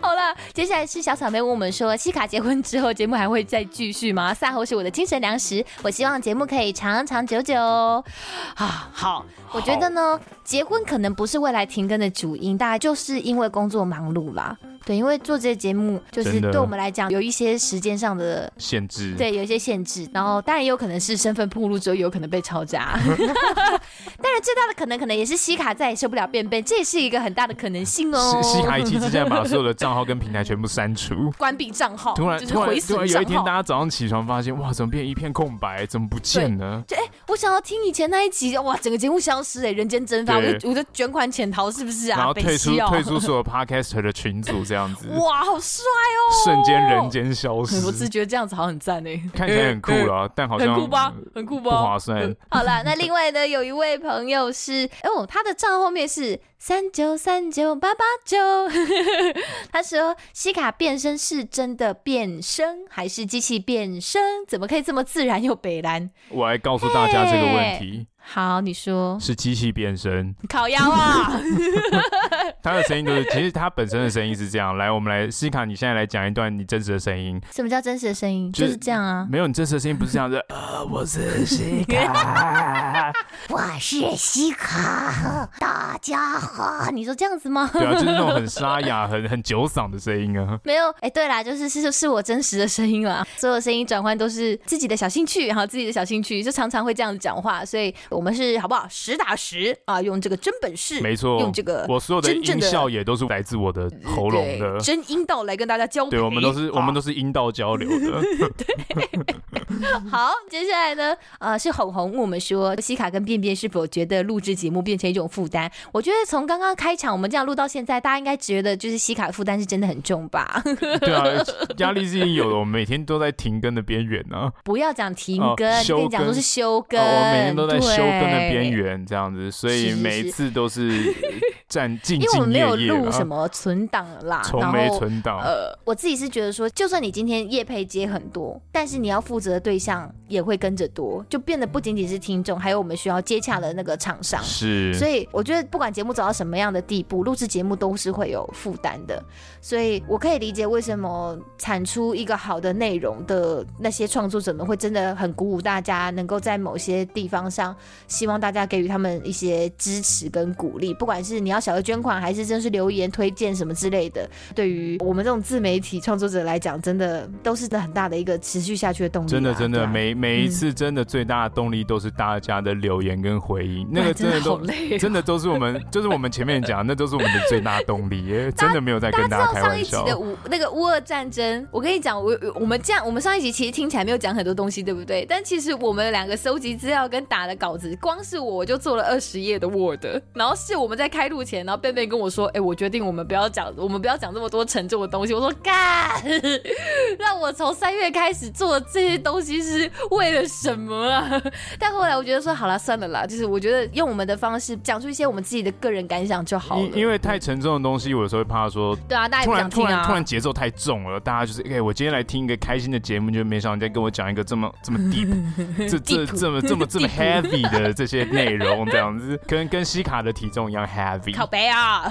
C: 好了，接下来是小草莓问我们说，西卡结婚之后节目还会再继续吗？赛后是我的精神粮食，我希望节目可以长长久久哦。啊，好， 我觉得呢，结婚可能不是未来停更的主因，大概就是因为工作忙碌啦。对，因为做这个节目，就是
B: 真的嗯
C: 对我们来讲有一些时间上的
B: 限制，
C: 对，有一些限制，然后当然也有可能是身份暴露之后，有可能被 抄家。当然，最大的可能可能也是西卡再也受不了便便，这也是一个很大的可能性哦。
B: 西西卡一气之下把所有的账号跟平台全部删 除。
C: 关闭账号，
B: 突然，
C: 哦就是
B: 突然
C: 毁，
B: 突
C: 损
B: 然有
C: 账
B: 一天，
C: 号。
B: 大家早上起床发现，哇，怎么变一片空白？怎么不见了？
C: 我想要听以前那一集，哇，整个节目消失哎、人间蒸发，我
B: 对
C: 就我就卷款潜逃，是不是啊？
B: 然后
C: 北
B: 退出
C: 西哦
B: 退出所有 podcaster 的群组，这样子，
C: 哇，好帅哦！
B: 瞬间人间消
C: 我只
B: 失。
C: 觉得这样子好像很赞哎、
B: 看起来很酷啦，但好
C: 很
B: 像呃
C: 酷吧，嗯很酷吧，
B: 不划 算。
C: 好了，那另外呢，有一位朋友 是，哦，他的账号后面是三九三九八八九， 他说西卡变身是真的变身还是机器变身？怎么可以这么自然又北蓝？
B: 我来告诉大家这个问
C: 哎
B: 题
C: 好，你说
B: 是机器变身，
C: 烤鸭啊？
B: 它的声音就是，其实它本身的声音是这样。来，我们来，西卡，你现在来讲一段你真实的声音。
C: 什么叫真实的声音？
B: 就
C: 就是是这样啊。
B: 没有，你真实的声音不是这样的。呃，我是西卡。
E: 我是西卡，大家好。
C: 啊，你说这样子吗？
B: 对啊，就是那种很沙哑、很很酒嗓的声音啊。
C: 没有，哎，对啦，就是是是我真实的声音啦，所有声音转换都是自己的小兴趣，然后自己的小兴趣，就常常会这样子讲话，所以我们是好不好？实打实啊，用这个真本事，啊
B: 没错，
C: 用这个
B: 我所有的
C: 真正
B: 音
C: 的
B: 效也都是来自我的喉咙的
C: 对。真阴道来跟大家交啊
B: 对，我们都是我们都
C: 都
B: 是阴道交流 的。
C: 好。接下来呢，呃，是红红问我们说，西卡跟便便是否觉得录制节目变成一种负担？我觉得从 刚刚开场我们这样录到现在，大家应该觉得就是西卡的负担是真的很重吧？
B: 对啊，压力是一定有的，我们每天都在停更的边缘呢。
C: 不要讲停
B: 哦
C: 更，你
B: 休
C: 跟你讲都
B: 更
C: 是休更，
B: 呃我们每天都在休更的
C: 对
B: 边缘，这样子，所
C: 是
B: 以
C: 是
B: 每
C: 是
B: 次都是战兢
C: 因为我
B: 兢
C: 们没有
B: 业业
C: 录什
B: 啦，
C: 么存档啦，
B: 从
C: 然
B: 没
C: 后
B: 存档。
C: 呃，我自己是觉得说，就算你今天业配接很多，但是你要负责的对象也会跟着多，就变得不仅仅是听众，还有我们需要接洽的那个厂商。
B: 是，
C: 所以我觉得，不管节目走到什么样的地步，录制节目都是会有负担的。所以我可以理解为什么产出一个好的内容的那些创作者们会真的很鼓舞大家，能够在某些地方上，希望大家给予他们一些支持跟鼓励。不管是你要小额捐款，还是真是留言推荐什么之类的，对于我们这种自媒体创作者来讲，真的都是很大的一个持续下去的动力啊、
B: 真的真
C: 对
B: 的，
C: 啊
B: 每每一次真的最大的动力都是大家的留言跟回应，那
C: 哎
B: 个
C: 真
B: 真的
C: 好
B: 都
C: 累哦、
B: 真的都是我们，就是我们前面讲，那都是我们的最大动力耶，真的没有在
C: 大
B: 跟
C: 家
B: 大家
C: 知道
B: 开
C: 上
B: 玩
C: 一集
B: 笑。
C: 的乌那个乌俄战争，我跟你讲，我我们这样，我们上一集其实听起来没有讲很多东西，对不对？但其实我们两个收集资料跟打的稿子，光是我就做了二十页的 Word，然后是我们在开录前，然后贝贝跟我说，哎、我决定我们不要讲，我们不要讲这么多沉重的东西。我说干， 让我从三月开始做这些东西是为了什么啊？ 但后来我觉得说好了，算了啦，就是我觉得用我们的方式讲出一些我们自己的个人感想就好了。
B: 因因为太沉重的东西，我有时候会怕说，
C: 对啊，大家也
B: 突
C: 不
B: 然
C: 想
B: 突
C: 听
B: 然
C: 啊。
B: 突然节奏太重了，大家就是，哎、我今天来听一个开心的节目，就没想到你在跟我讲一个这么 这么 deep，这这
C: Deep
B: 这么这么这么 heavy 的这些内容，这样子，跟跟西卡的体重一样 heavy。
C: 靠背啊！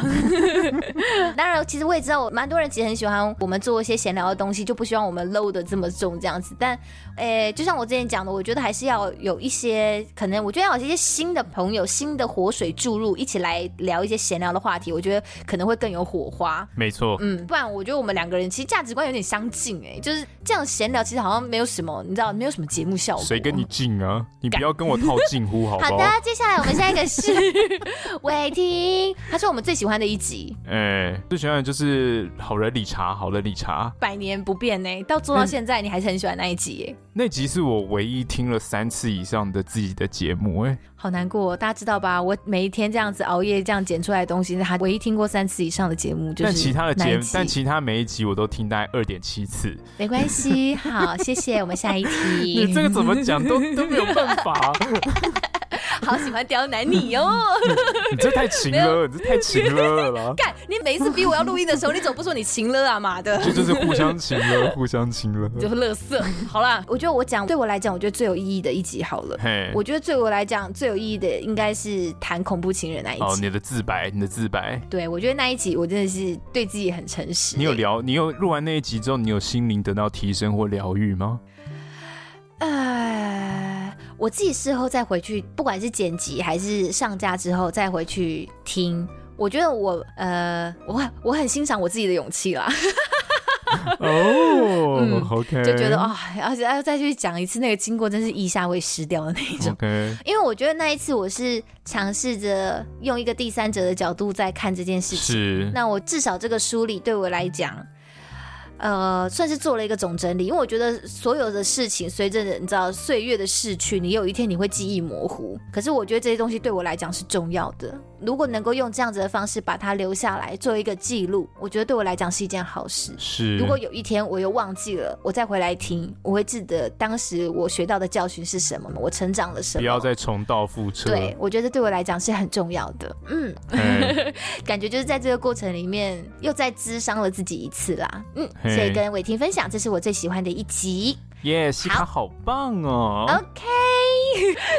C: 当然，其实我也知道，蛮多人其实很喜欢我们做一些闲聊的东西，就不希望我们 load 的这么重这样子。但，诶、就像我之前讲的，我觉得还是要有一些可能，我觉得要有一些新的朋友、新的活水注入，一起来聊一些闲聊的话题，我觉得可能会更有火花。
B: 没错，
C: 嗯，不然我觉得我们两个人其实价值观有点相近、诶，就是这样闲聊，其实好像没有什么，你知道，没有什么节目效果。
B: 谁跟你近啊？你不要跟我套近乎，好不
C: 好
B: 好？
C: 的，接下来我们下一个是伟霆
A: 他是我们最喜欢的一集，
B: 哎，最喜欢的就是好人理查，好人理查
A: 百年不变呢、到做
B: 嗯
A: 到现在，你还是很喜欢那一集耶、
B: 那集是我唯一听了三次以上的自己的节目，哎，
A: 好难过，哦大家知道吧？我每一天这样子熬夜，这样剪出来的东西，他唯一听过三次以上的节目就是
B: 但其他的节
A: 那一集，
B: 但其他每一集我都听大概二点七次。
A: 嗯
C: 没关系，好，谢谢，我们下 一
B: 你
C: 题。
B: 这个怎么讲都都没有办法，啊
A: 好喜欢刁难你哦。。
B: 你这太勤了，你这太勤了啦
A: 干，你每一次逼我要录音的时候，你总不说你行了啊，妈的！
B: 这就是互相勤了，互相勤了。
A: 就是乐色。好啦，我觉得我讲对我来讲，我觉得最有意义的一集好了。
B: 嘿，
A: 我觉得对我来讲最有意义的应该是谈恐怖情人那一
B: 哦，
A: 集。
B: 你的自白，你的自白，
A: 对，我觉得那一集我真的是对自己很诚实。
B: 你有聊，你有录完那一集之后，你有心灵得到提升或疗 愈吗？
C: 呃，我自己事后再回去，不管是剪辑还是上架之后再回去听，
A: 我觉得我呃，我很我很欣赏我自己的勇气 啦，
B: 哦
A: 嗯
B: ，OK，
A: 就觉得啊，而且要再去讲一次那个经过，真是一下会失掉的那一种。
B: ，OK，
C: 因为我觉得那一次我是尝试着用一个第三者的角度在看这件事情。
B: 是，
C: 那我至少这个梳理对我来讲，呃，算是做了一个总整理。因为我觉得所有的事情随着你知道岁月的逝去，你有一天你会记忆模糊。可是我觉得这些东西对我来讲是重要的。如果能够用这样子的方式把它留下来，做一个记录，我觉得对我来讲是一件好事。
B: 是，
C: 如果有一天我又忘记了，我再回来听，我会记得当时我学到的教训是什么，我成长了什么。
B: 不要再重蹈覆辙，
C: 对，我觉得对我来讲是很重要的。嗯，
B: 嘿
C: 感觉就是在这个过程里面又再滋伤了自己一次啦。嗯，
B: 嘿
C: 所以跟伟霆分享，这是我最喜欢的一集。
B: 耶，西卡好棒 哦，
C: OK，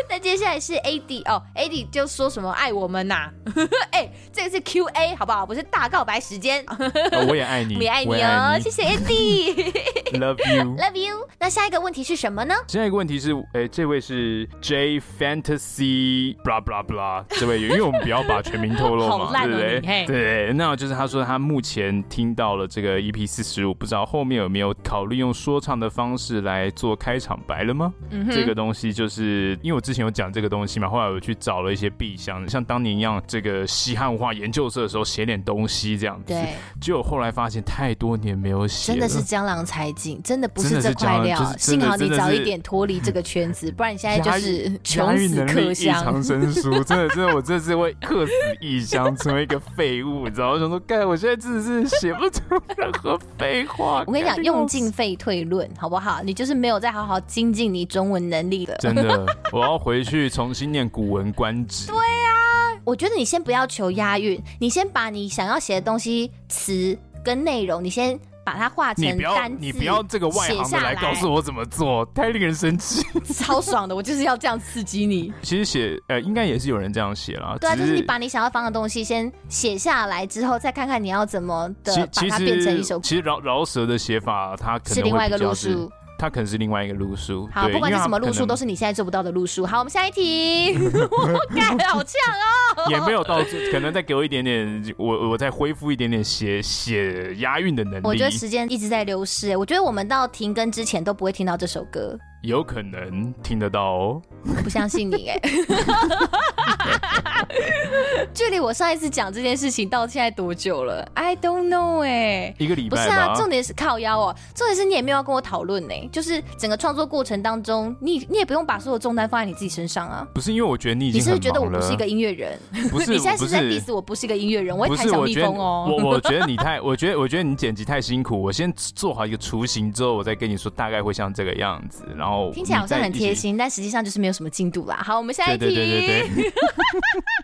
C: 那接下来是 AD 哦，AD 就说什么爱我们呐、 哎、这个是 QA 好不好？不是大告白时 间，
B: 呃我也爱你，
C: 我也爱你
B: 我也
C: 哦，谢谢 AD，Love
B: ，Love you。
C: you。那下一个问题是什么呢？
B: 下一个问题是，诶、这位是 J Fantasy blah blah blah 这位，因为我们不要把全名透 露
A: 好
B: 嘛，
A: 烂哦
B: 对不对
A: 你嘿？
B: 对，那就是他说他目前听到了这个 EP 四十五，不知道后面有没有考虑用说唱的方式来做开场白了吗？
A: 嗯哼
B: 这个东西就是因为我之前有讲这个东西嘛，后来我去找了一些壁箱，像当年一样，这个西汉文化研究社的时候写点东西这样子，
C: 对，
B: 结果后来发现太多年没有写了，
A: 真的是江郎才尽，真的不
B: 真
A: 是
B: 的是
A: 这块料。
B: 江郎就是真
A: 幸
B: 的
A: 好你
B: 真的
A: 早
B: 是
A: 一点脱离这个圈子，不然你现在就是
B: 押
A: 穷
B: 韵
A: 死
B: 能力
A: 客
B: 异常
A: 乡。
B: 生 疏，真的，真的，我这次会客死异乡，成为一个废物，你知道吗？我想说，干，我现在真的是写不出任何废话。
A: 我跟你
B: 干
A: 讲，用进。废退论，好不好？你就是没有再好好精进你中文能力了。
B: 真的，我要回去重新念《古文观止》。对，
C: 我觉得你先不要求押韵，你先把你想要写的东西词跟内容，你先把它化成
B: 你不要，
C: 单字，
B: 你不要这个外行
C: 写
B: 的
C: 下
B: 来
C: 来
B: 告诉我怎么做，太令人生气。
A: 超爽的，我就是要这样刺激你。
B: 其实写，呃，应该也是有人这样写啦。
C: 对啊，
B: 只
C: 就是你把你想要放的东西先写下来之后，再看看你要怎么的把
B: 其
C: 它变成
B: 其
C: 一首
B: 实
C: 歌，
B: 其实饶饶舌的写法，它可能
C: 是另
B: 会
C: 外一
B: 比
C: 个
B: 较
C: 路
B: 是
C: 数。，
B: 它可能是另外一个路数。
C: 好，
B: 对
C: 不管
B: 因
C: 是
B: 为它
C: 什么路
B: 可
C: 数，
B: 能
C: 都是你现在做不到的路数。好，我们下一 题。 我干，好呛 哦！
B: 也没有到这，可能再给我一点点，我我再恢复一点点写写押韵的能
C: 我
B: 力
C: 觉得，时间一直在流逝，欸我觉得我们到停更之前都不会听到这首歌，
B: 有可能听得到哦。
C: 我不相信
A: 欸
C: 你哎。
A: 距离我上一次讲这件事情到现在多久了？I don't know 哎、
B: 一个礼
A: 不
B: 拜
A: 是
B: 吧，
A: 啊，重点是靠腰哦，重点是你也没有要跟我讨论呢，就是整个创作过程当中，你你也不用把所有重担放在你自己身上啊。
B: 不是因为我觉得你已
A: 你
B: 经
A: 是不
B: 很
A: 是觉得我
B: 忙了，
A: 不是一个音 乐人？
B: 不是
A: 你现在
B: 不
A: 是
B: 是
A: 在 diss 我不是一个音乐人，我
B: 不
A: 会弹
B: 是，
A: 小
B: 我
A: 蜜
B: 觉得
A: 蜂
B: 你
A: 哦。
B: 我我觉得你太，我觉得我觉得你剪辑太辛苦。我先做好一个雏形之后，我再跟你说大概会像这个样子。然后
A: 听起来好像
B: 你再
A: 很
B: 一起
A: 贴，心，但实际上就是没有什么进度啦。好，我们下
B: 对
A: 一题。
B: 对对对对。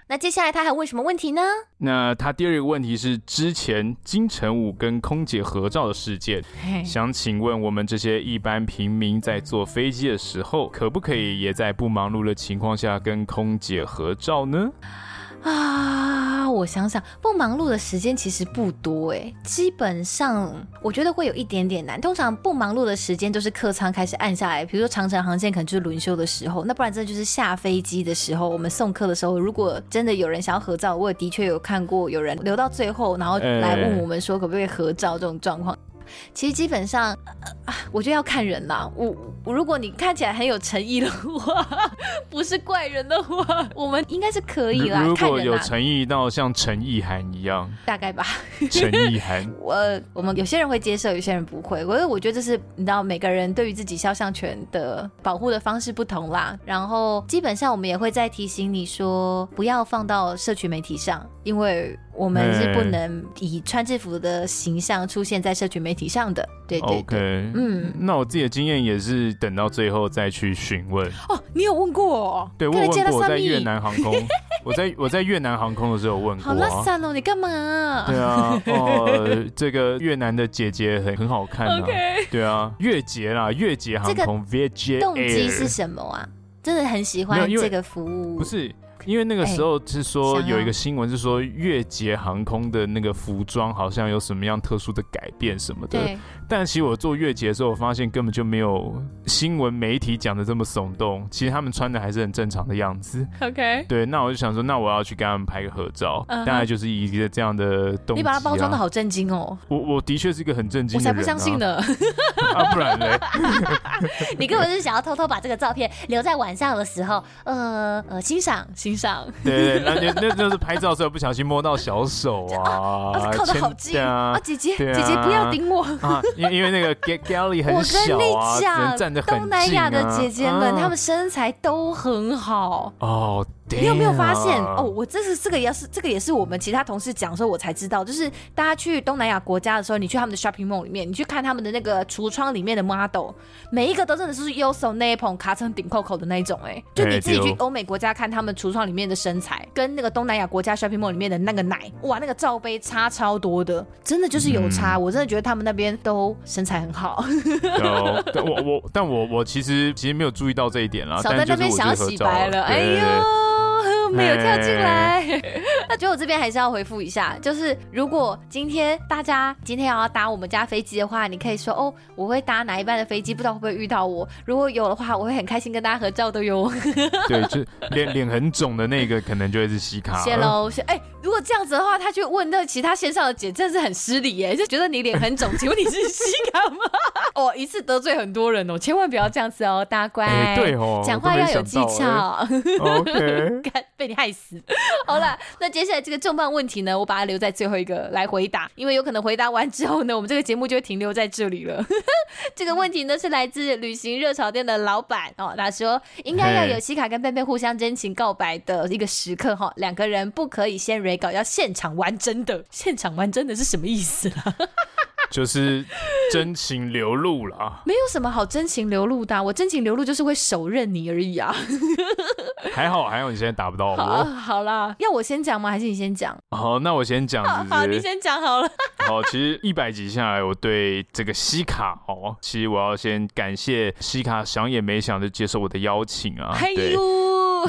C: 那接下来他还问什么问题呢？
B: 那他第二个问题是之前金城武跟空姐合照的事件，
A: 嘿嗯
B: 想请问我们这些一般平民在坐飞机的时候，可不可以也在不忙碌的情况下跟空姐合照呢？
A: 啊，我想想，不忙碌的时间其实不多哎，基本上我觉得会有一点点难。通常不忙碌的时间都是客舱开始按下来，比如说长城航线可能就是轮休的时候，那不然真的就是下飞机的时候，我们送客的时候，如果真的有人想要合
B: 哎
A: 照，我也的确有看过有人留到最后，然后来问我们说可不可以合照这种状况。其实基本上，呃啊，我觉得要看人啦。我我如果你看起来很有诚意的话， 不是怪人的话，我们应该是可以啦
B: 如。
A: 看
B: 果
A: 人
B: 有
A: 啦，
B: 诚意到像陈意涵一 样，
A: 大概吧。
B: 陈意涵
A: 我我们有些人会接受，有些人不会。我我觉得这是你知道，每个人对于自己肖像权的保护的方式不同啦。然后基本上我们也会再提醒你说，不要放到社群媒体上，因为我们是不
B: 哎
A: 能以穿制服的形象出现在社群媒体上的。对
B: 哦
A: 对对。
B: ，OK。
A: 嗯，
B: 那我自己的经验也是等到最后再去询问。
A: 哦，你有问过哦我？
B: 对，我
A: 跟
B: 有
A: 人接
B: 问
A: 了
B: 过，我
A: 三
B: 在
A: 米
B: 越南航空，我在我在越南航空的时候有问过
A: 好拉
B: 啊。
A: 散哦，你干嘛、
B: 对啊，哦，这个越南的姐姐很很好看啊。
A: OK，
B: 对啊，越捷啦，越捷航空 Vietjet
A: 动机
B: Air
A: 是什么啊？真的很喜
B: 没有
A: 欢
B: 因为
A: 这个服务，
B: 不是，因为那个时候是说
A: 哎
B: 有一个新闻是说越捷航空的那个服装好像有什么样特殊的改变什么的，
A: 对，
B: 但其实我做越捷的时候，我发现根本就没有新闻媒体讲的这么耸动，其实他们穿的还是很正常的样子。
A: OK，
B: 对，那我就想说，那我要去跟他们拍个合照，
A: 嗯哼
B: 大概就是一个这样的动机、啊。
A: 你把它包装的，好震惊哦，
B: 我我的确是一个很震惊
A: 我才
B: 的人、啊，
A: 不相信呢。
B: 啊，不然嘞，呃
C: 你根本是想要偷偷把这个照片留在晚上的时候，呃呃欣赏。
A: 欣赏，
B: 对对，那就那就是拍照的时候不小心摸到小手 啊，
A: 啊，靠的
B: 牵
A: 好近
B: 对啊
A: 啊，姐姐，
B: 对啊
A: 姐姐不要顶我。
B: 啊，因因为那个 g a g a l l y 很小啊，
A: 我跟你
B: 只
A: 讲
B: 能站得很近、啊、
A: 东南亚的姐姐们，
B: 啊
A: 她们身材都很好。
B: 哦，
A: 你有没有发现
B: damn 啊
A: 哦？我这是这个也是这个也是我们其他同事讲的时候我才知道，就是大家去东南亚国家的时候，你去他们的 shopping mall 里面，你去看他们的那个橱窗里面的 model，每一个都真的是右手那一捧卡成顶扣扣的那一种、哎，就
B: 哎
A: 你自己
B: 对
A: 去
B: 哦
A: 欧美国家看他们橱窗里面的身材，跟那个东南亚国家 shopping mall 里面的那个奶，哇，那个罩杯差超多的，真的就是有差。
B: 嗯
A: 我真的觉得他们那边都身材很好，
B: 有，但哦我我但我我其实其实没有注意到这一点啦，
A: 少
B: 但
A: 在
B: 就
A: 那
B: 是
A: 边
B: 我
A: 想要
B: 就是合
A: 洗
B: 照
A: 白了，
B: 了，
A: 哎
B: 对
A: 呦。没有跳进来， 那觉得我这边还是要回复一下，就是如果今天大家今天要搭我们家飞机的话，你可以说哦，我会搭哪一班的飞机，不知道会不会遇到我。如果有的话，我会很开心跟大家合照的哟。
B: 对对，就脸脸很肿的那个可能就会是西卡
A: 谢
B: 了。
A: 喽，谢哎，如果这样子的话，他去问那其他线上的姐，真的是很失礼耶，就觉得你脸很肿，请问你是西卡吗？ 哦，一次得罪很多人哦，千万不要这样子哦，大家乖，
B: 哎对哦
A: 讲话要有技
B: 我都没想到哎
A: 巧。
B: OK，
A: 干被你害死。 好了，那接下来这个重磅问题呢，我把它留在最后一个来回答，因为有可能回答完之后呢，我们这个节目就会停留在这里了。 这个问题呢是来自旅行热潮店的老板哦，他说应该要有西卡跟贝贝互相真情告白的一个时刻哈、两个人不可以先 re 稿，要现场玩真的，现场玩真的是什么意思啦？
B: 就是真情流露 了啊，
A: 没有什么好真情流露的啊、我真情流露就是会手刃你而已啊。
B: 还好还好，你现在打不到
A: 好啊，
B: 我。
A: 好啦，要我先讲吗？还是你先讲？
B: 好，那我先讲，是 不
A: 好，
B: 是
A: 你先讲好了。
B: 好，其实一百集下来，我对这个西卡哦，其实我要先感谢西卡，想也没想就接受我的邀请啊。
A: 哎
B: 对，
A: 呦，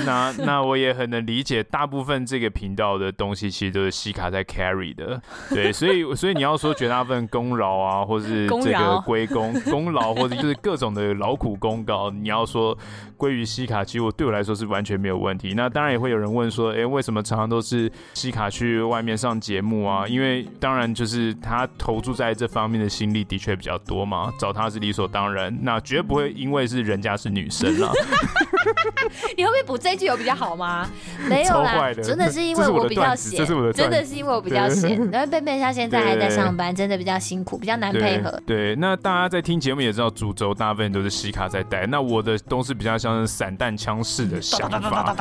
B: 那那我也很能理解，大部分这个频道的东西其实都是西卡在 carry 的，对，所以 所以你要说绝大部分功劳啊，或是
A: 功
B: 这个
A: 劳
B: 归功功劳，或者就是各种的劳苦功高，你要说归于西卡，其实我对我来说是完全没有问题。那当然也会有人问说，诶，为什么常常都是西卡去外面上节目啊？因为当然就是他投注在这方面的心力的确比较多嘛，找他是理所当然，那绝不会因为是人家是女生啦。
A: 你会不会补这一句有比较好 吗？没有
B: 超
A: 啦
B: 坏，的
A: 真的是因为我比较闲，
B: 这是我的
A: 真
B: 段子这是我的段子
A: 的是因为我比较闲。然后贝贝她现在还在上班，真的比较辛苦，比较难
B: 对
A: 配合。
B: 对，那大家在听节目也知道，主轴大部分都是西卡在带，那我的都是比较像是散弹枪式的想
A: 嗯
B: 法。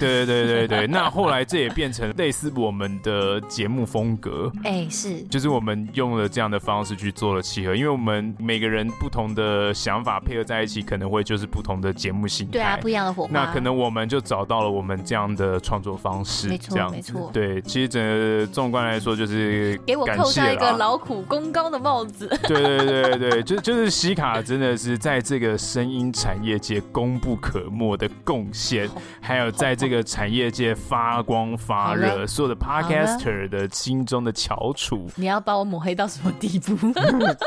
B: 对对对对对，那后来这也变成类似我们的节目风格。
A: 哎，是
B: 就是我们用了这样的方式去做了契合，因为我们每个人不同的想法配合在一起，可能会就是不同的节目形态。
A: 对啊，不一样的火花。
B: 哎那可能我们就找到了我们这样的创作方式，
A: 没错
B: 这样
A: 没
B: 子
A: 错
B: 对，其实整个纵观来说，就是
A: 给我
B: 感
A: 扣
B: 谢
A: 上一个
B: 啦
A: 劳苦功高的帽子。
B: 对对对对对，就就是西卡真的是在这个声音产业界功不可没的贡献，还有在这个产业界发光发
A: 好
B: 热，
A: 了
B: 所有的
A: 了
B: podcaster 的心中的翘楚，
A: 你要把我抹黑到什么地步？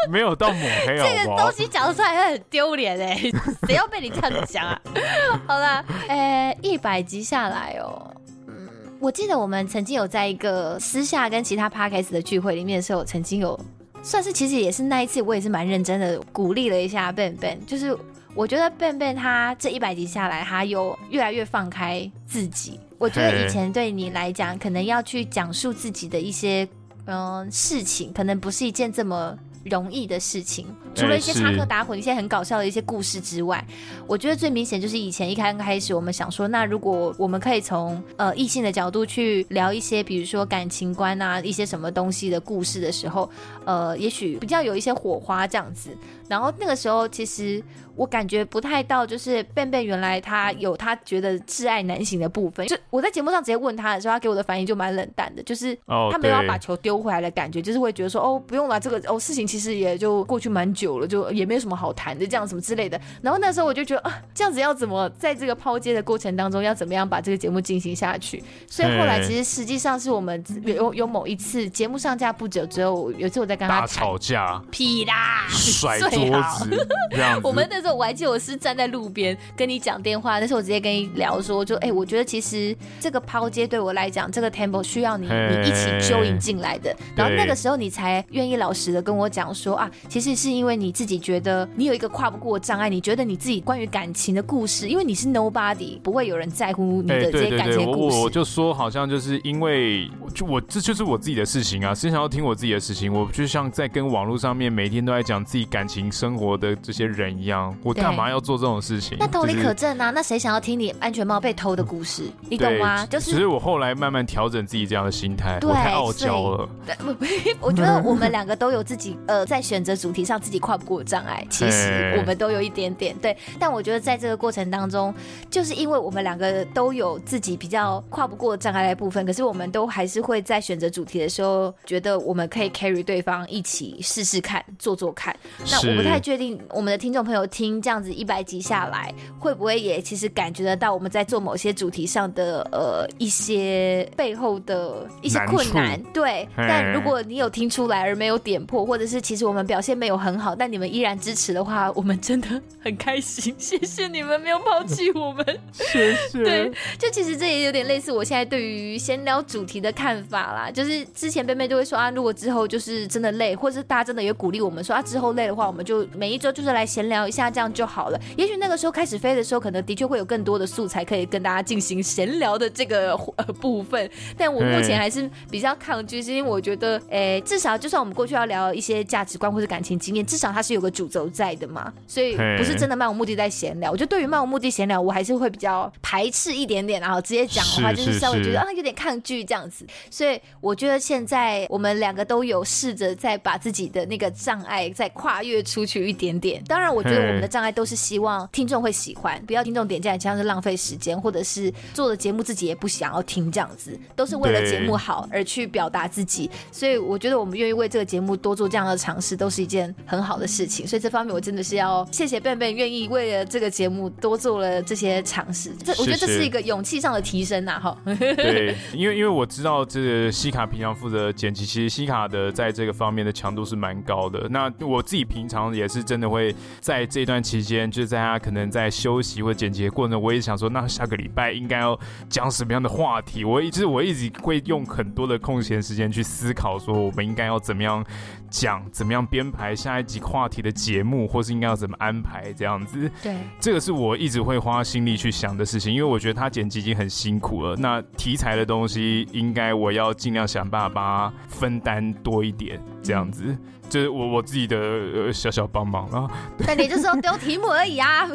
B: 没有到抹黑
A: 这
B: 好
A: 个
B: 不好
A: 东？西讲出来会很丢脸哎， 谁要被你这样讲啊？ 好啦，
C: 哎
A: 呃，一百集下来哦。嗯，我记得我们曾经有在一个私下跟其他 podcast 的聚会里面的时候，曾经有
C: 算是其实也是那一次，我也是蛮认真的鼓励了一下笨笨，就是我觉得笨笨他这一百集下来，他有越来越放开自己。我觉得
B: 嘿
C: 以前对你来讲，可能要去讲述自己的一些嗯、事情，可能不是一件这么。容易的事情，除了一些
B: 是
C: 插科打诨、一些很搞笑的一些故事之外，我觉得最明显就是以前一刚开始，我们想说，那如果我们可以从呃异性的角度去聊一些，比如说感情观啊，一些什么东西的故事的时候，呃，也许比较有一些火花这样子。然后那个时候，其实我感觉不太到，就是笨笨原来他有他觉得挚爱难行的部分。就我在节目上直接问他的时候，他给我的反应就蛮冷淡的，就是
B: 哦，
C: 他没
B: 对，
C: 有要把球丢回来的感觉，就是会觉得说哦，不用了，这个哦事情其实也就过去蛮久了，就呃也没有什么好谈的，这样什么之类的。然后那时候我就觉得啊，这样子要怎么在这个抛接的过程当中，要怎么样把这个节目进行下去？所以后来
B: 嘿
C: 其实实际上是我们有有有某一次节目上架不久之后，有一次我在跟他
B: 大
C: 吵
B: 吵架，
C: 屁啦，
B: 甩
C: 最
B: 桌
C: 好
B: 子这样子。
C: 我们那时候我还记得我是站在路边跟你讲电话，那时候我直接跟你聊说，就哎、我觉得其实这个抛接对我来讲，这个 tempo 需要你
B: 嘿
C: 你一起揪引进来的。然后那个时候你才愿意老实的跟我讲说啊，其实是因为你自己觉得你有一个跨不过的障碍，你觉得你自己关于感情的故事，因为你是 nobody，不会有人在乎你的这
B: 哎对
C: 些
B: 对
C: 感
B: 对，
C: 情的
B: 我
C: 故事。
B: 我我就说，好像就是因为就我这就是我自己的事情啊，是想要听我自己的事情。我就像在跟网络上面每天都在讲自己感情生活的这些人一样，我干嘛要做这种事情？
C: 那道理
B: 就是
C: 可证啊，那谁想要听你安全帽被偷的故事？你懂
B: 对
C: 吗？就
B: 只
C: 是
B: 只是我后来慢慢调整自己这样的心态，
C: 对
B: 我太傲娇了。
C: 对，不 我觉得我们两个都有自己呃，在选择主题上自己跨不过的障碍。其实
B: 嘿
C: 我们都有一点点对，但我觉得在这个过程当中，就是因为我们两个都有自己比较跨不过的障碍的部分，可是我们都还是会在选择主题的时候，觉得我们可以 carry 对方一起试试看，做做看。那我不
B: 是
C: 太确定我们的听众朋友听这样子一百集下来，会不会也其实感觉得到我们在做某些主题上的呃一些背后的一些
B: 难
C: 困
B: 处
C: 难？对。
B: 嘿
C: 但如果你有听出来而没有点破，或者是其实我们表现没有很好，但你们依然支持的话，我们真的很开心。谢谢你们没有抛弃我们。
B: 谢谢
C: 对，就其实这也有点类似我现在对于闲聊主题的看法啦。就是之前贝贝就会说啊，如果之后就是真的累，或者是大家真的也鼓励我们说啊，之后累的话，我们就每一周就是来闲聊一下，这样就好了。也许那个时候开始飞的时候，可能的确会有更多的素材可以跟大家进行闲聊的这个呃部分。但我目前还是比较抗拒，是因为我觉得，诶，至少就算我们过去要聊一些价值观或者感情经验，至少它是有个主轴在的嘛，所以
B: 嘿
C: 不是真的漫无目的在闲聊。我觉得对于漫无目的闲聊，我还是会比较排斥一点点，然后直接讲的话
B: 是
C: 就是
B: 是
C: 稍微觉得啊有点抗拒这样子。所以我觉得现在我们两个都有试着在把自己的那个障碍再跨越出去一点点。当然，我觉得我们的
B: 嘿
C: 障碍都是希望听众会喜欢，不要听众点进来这样是浪费时间，或者是做的节目自己也不想要听这样子，都是为了
B: 对
C: 节目好而去表达自己。所以我觉得我们愿意为这个节目多做这样的尝试，都是一件很好的事情。所以这方面我真的是要谢谢笨笨愿意为了这个节目多做了这些尝试。这我觉得这
B: 谢谢
C: 是一个勇气上的提升呐、哈。
B: 对，因为因为我知道这个西卡平常负责剪辑，其实西卡的在这个方面的强度是蛮高的。那我自己平常也是真的会在这段期间，就是在他可能在休息或剪辑的过程中，我也想说，那下个礼拜应该要讲什么样的话题？我一直我一直会用很多的空闲时间去思考，说我们应该要怎么样讲，怎么样编排下一集话题的节目，或是应该要怎么安排这样子。
C: 对，
B: 这个是我一直会花心力去想的事情，因为我觉得他剪辑已经很辛苦了。那题材的东西，应该我要尽量想办法帮他分担多一点，这样子，这、是我我自己的、呃、小小帮忙啊。
C: 但你就是要丢题目而已 啊，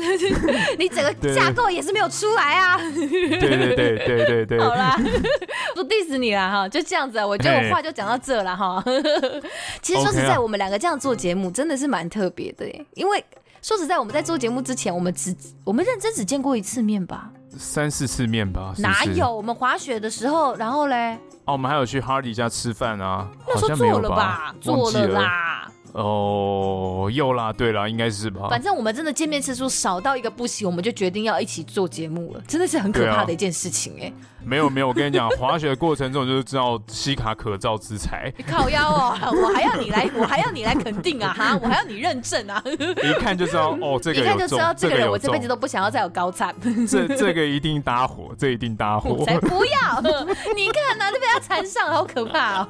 C: 你整个
B: 对
C: 架构也是没有出来啊。
B: 对对对对对对，
C: 好啦， 不 diss 你啦哈，就这样子啊。我觉得我话就讲到这了哈。 其实说实
B: OK
C: 在，
B: 啊
C: 我们两个这样做节目真的是蛮特别的耶，因为说实在，我们在做节目之前，我们只我们认真只见过一次面吧？
B: 三四次面吧，是不
C: 哪
B: 是？
C: 有？我们滑雪的时候，然后嘞，
B: 哦，我们还有去哈迪家吃饭啊，
C: 那
B: 好
C: 时候
B: 像没有
C: 做了吧
B: 吧，？
C: 做
B: 忘记
C: 了
B: 了。
C: 啦。
B: 哦，又啦，对啦，应该是吧。
C: 反正我们真的见面次数少到一个不行，我们就决定要一起做节目了，真的是很可
B: 对啊
C: 怕的一件事情哎、
B: 没有没有，我跟你讲，滑雪的过程中就是知道西卡可造之材，
A: 靠腰哦， 我还要你来，我还要你来肯定啊哈，我还要你认证啊，
B: 一看就知道哦，这个
A: 一看就
B: 有
A: 知
B: 中
A: 道，这个人
B: 有
A: 我这辈
B: 中
A: 子，都不想要再有高 产，
B: 这这个一定 搭伙，这一定搭
A: 我
B: 伙。
A: 才不要！你看呐、都被他缠上，好可
C: 啊
A: 怕、哦。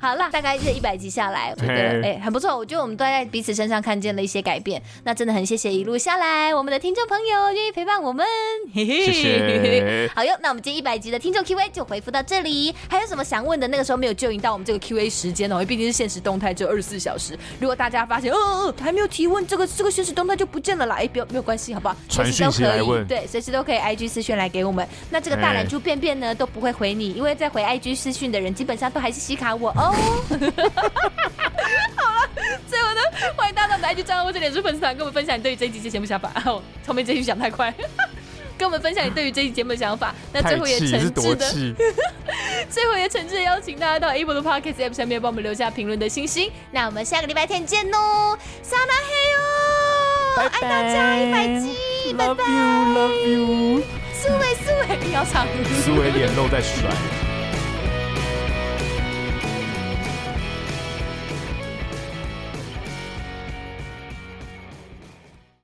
A: 好啦，大概这一百集下来，我觉得哎、
B: 对
A: 很不错，我觉得我们都在彼此身上看见了一些改变。那真的很谢谢一路下来我们的听众朋友愿意陪伴我们，嘿嘿
B: 谢谢
A: 好哟，那我们今天一百集的听众 Q&A 就回复到这里。还有什么想问的？那个时候没有就应到我们这个 Q&A 时间哦，因为毕竟是限时动态，只有二十四小时。如果大家发现，嗯、嗯嗯，还没有提问，这个这个限时动态就不见了啦。哎，不要没有关系，好不好？
B: 传
A: 随时都
B: 讯息
A: 可
B: 来
A: 以
B: 问
A: 对，随时都可以 IG 私讯来给我们。那这个大懒猪便便呢都不会回你，因为在回 IG 私讯的人基本上都还是西卡我哦。最后呢，欢迎大家到我们的 IG 账号或者脸书粉丝团跟我们分享你对于这一集节目想法。哦，后面这一句讲太快。 跟我们分享你对于这一节目的想法，那最
B: 太
A: 后也
B: 气是
A: 诚
B: 多
A: 挚的，
B: 气，
A: 最后也诚挚的邀请大家到 Apple 的 Podcast App 上面帮我们留下评论的星星。
C: 那我们下个礼拜天见喽，撒那嘿哦，爱大家一百集，拜
B: Love
C: 拜，
B: you, love you。
C: 苏伟苏伟，
A: 要唱。
B: 思维眼露在甩。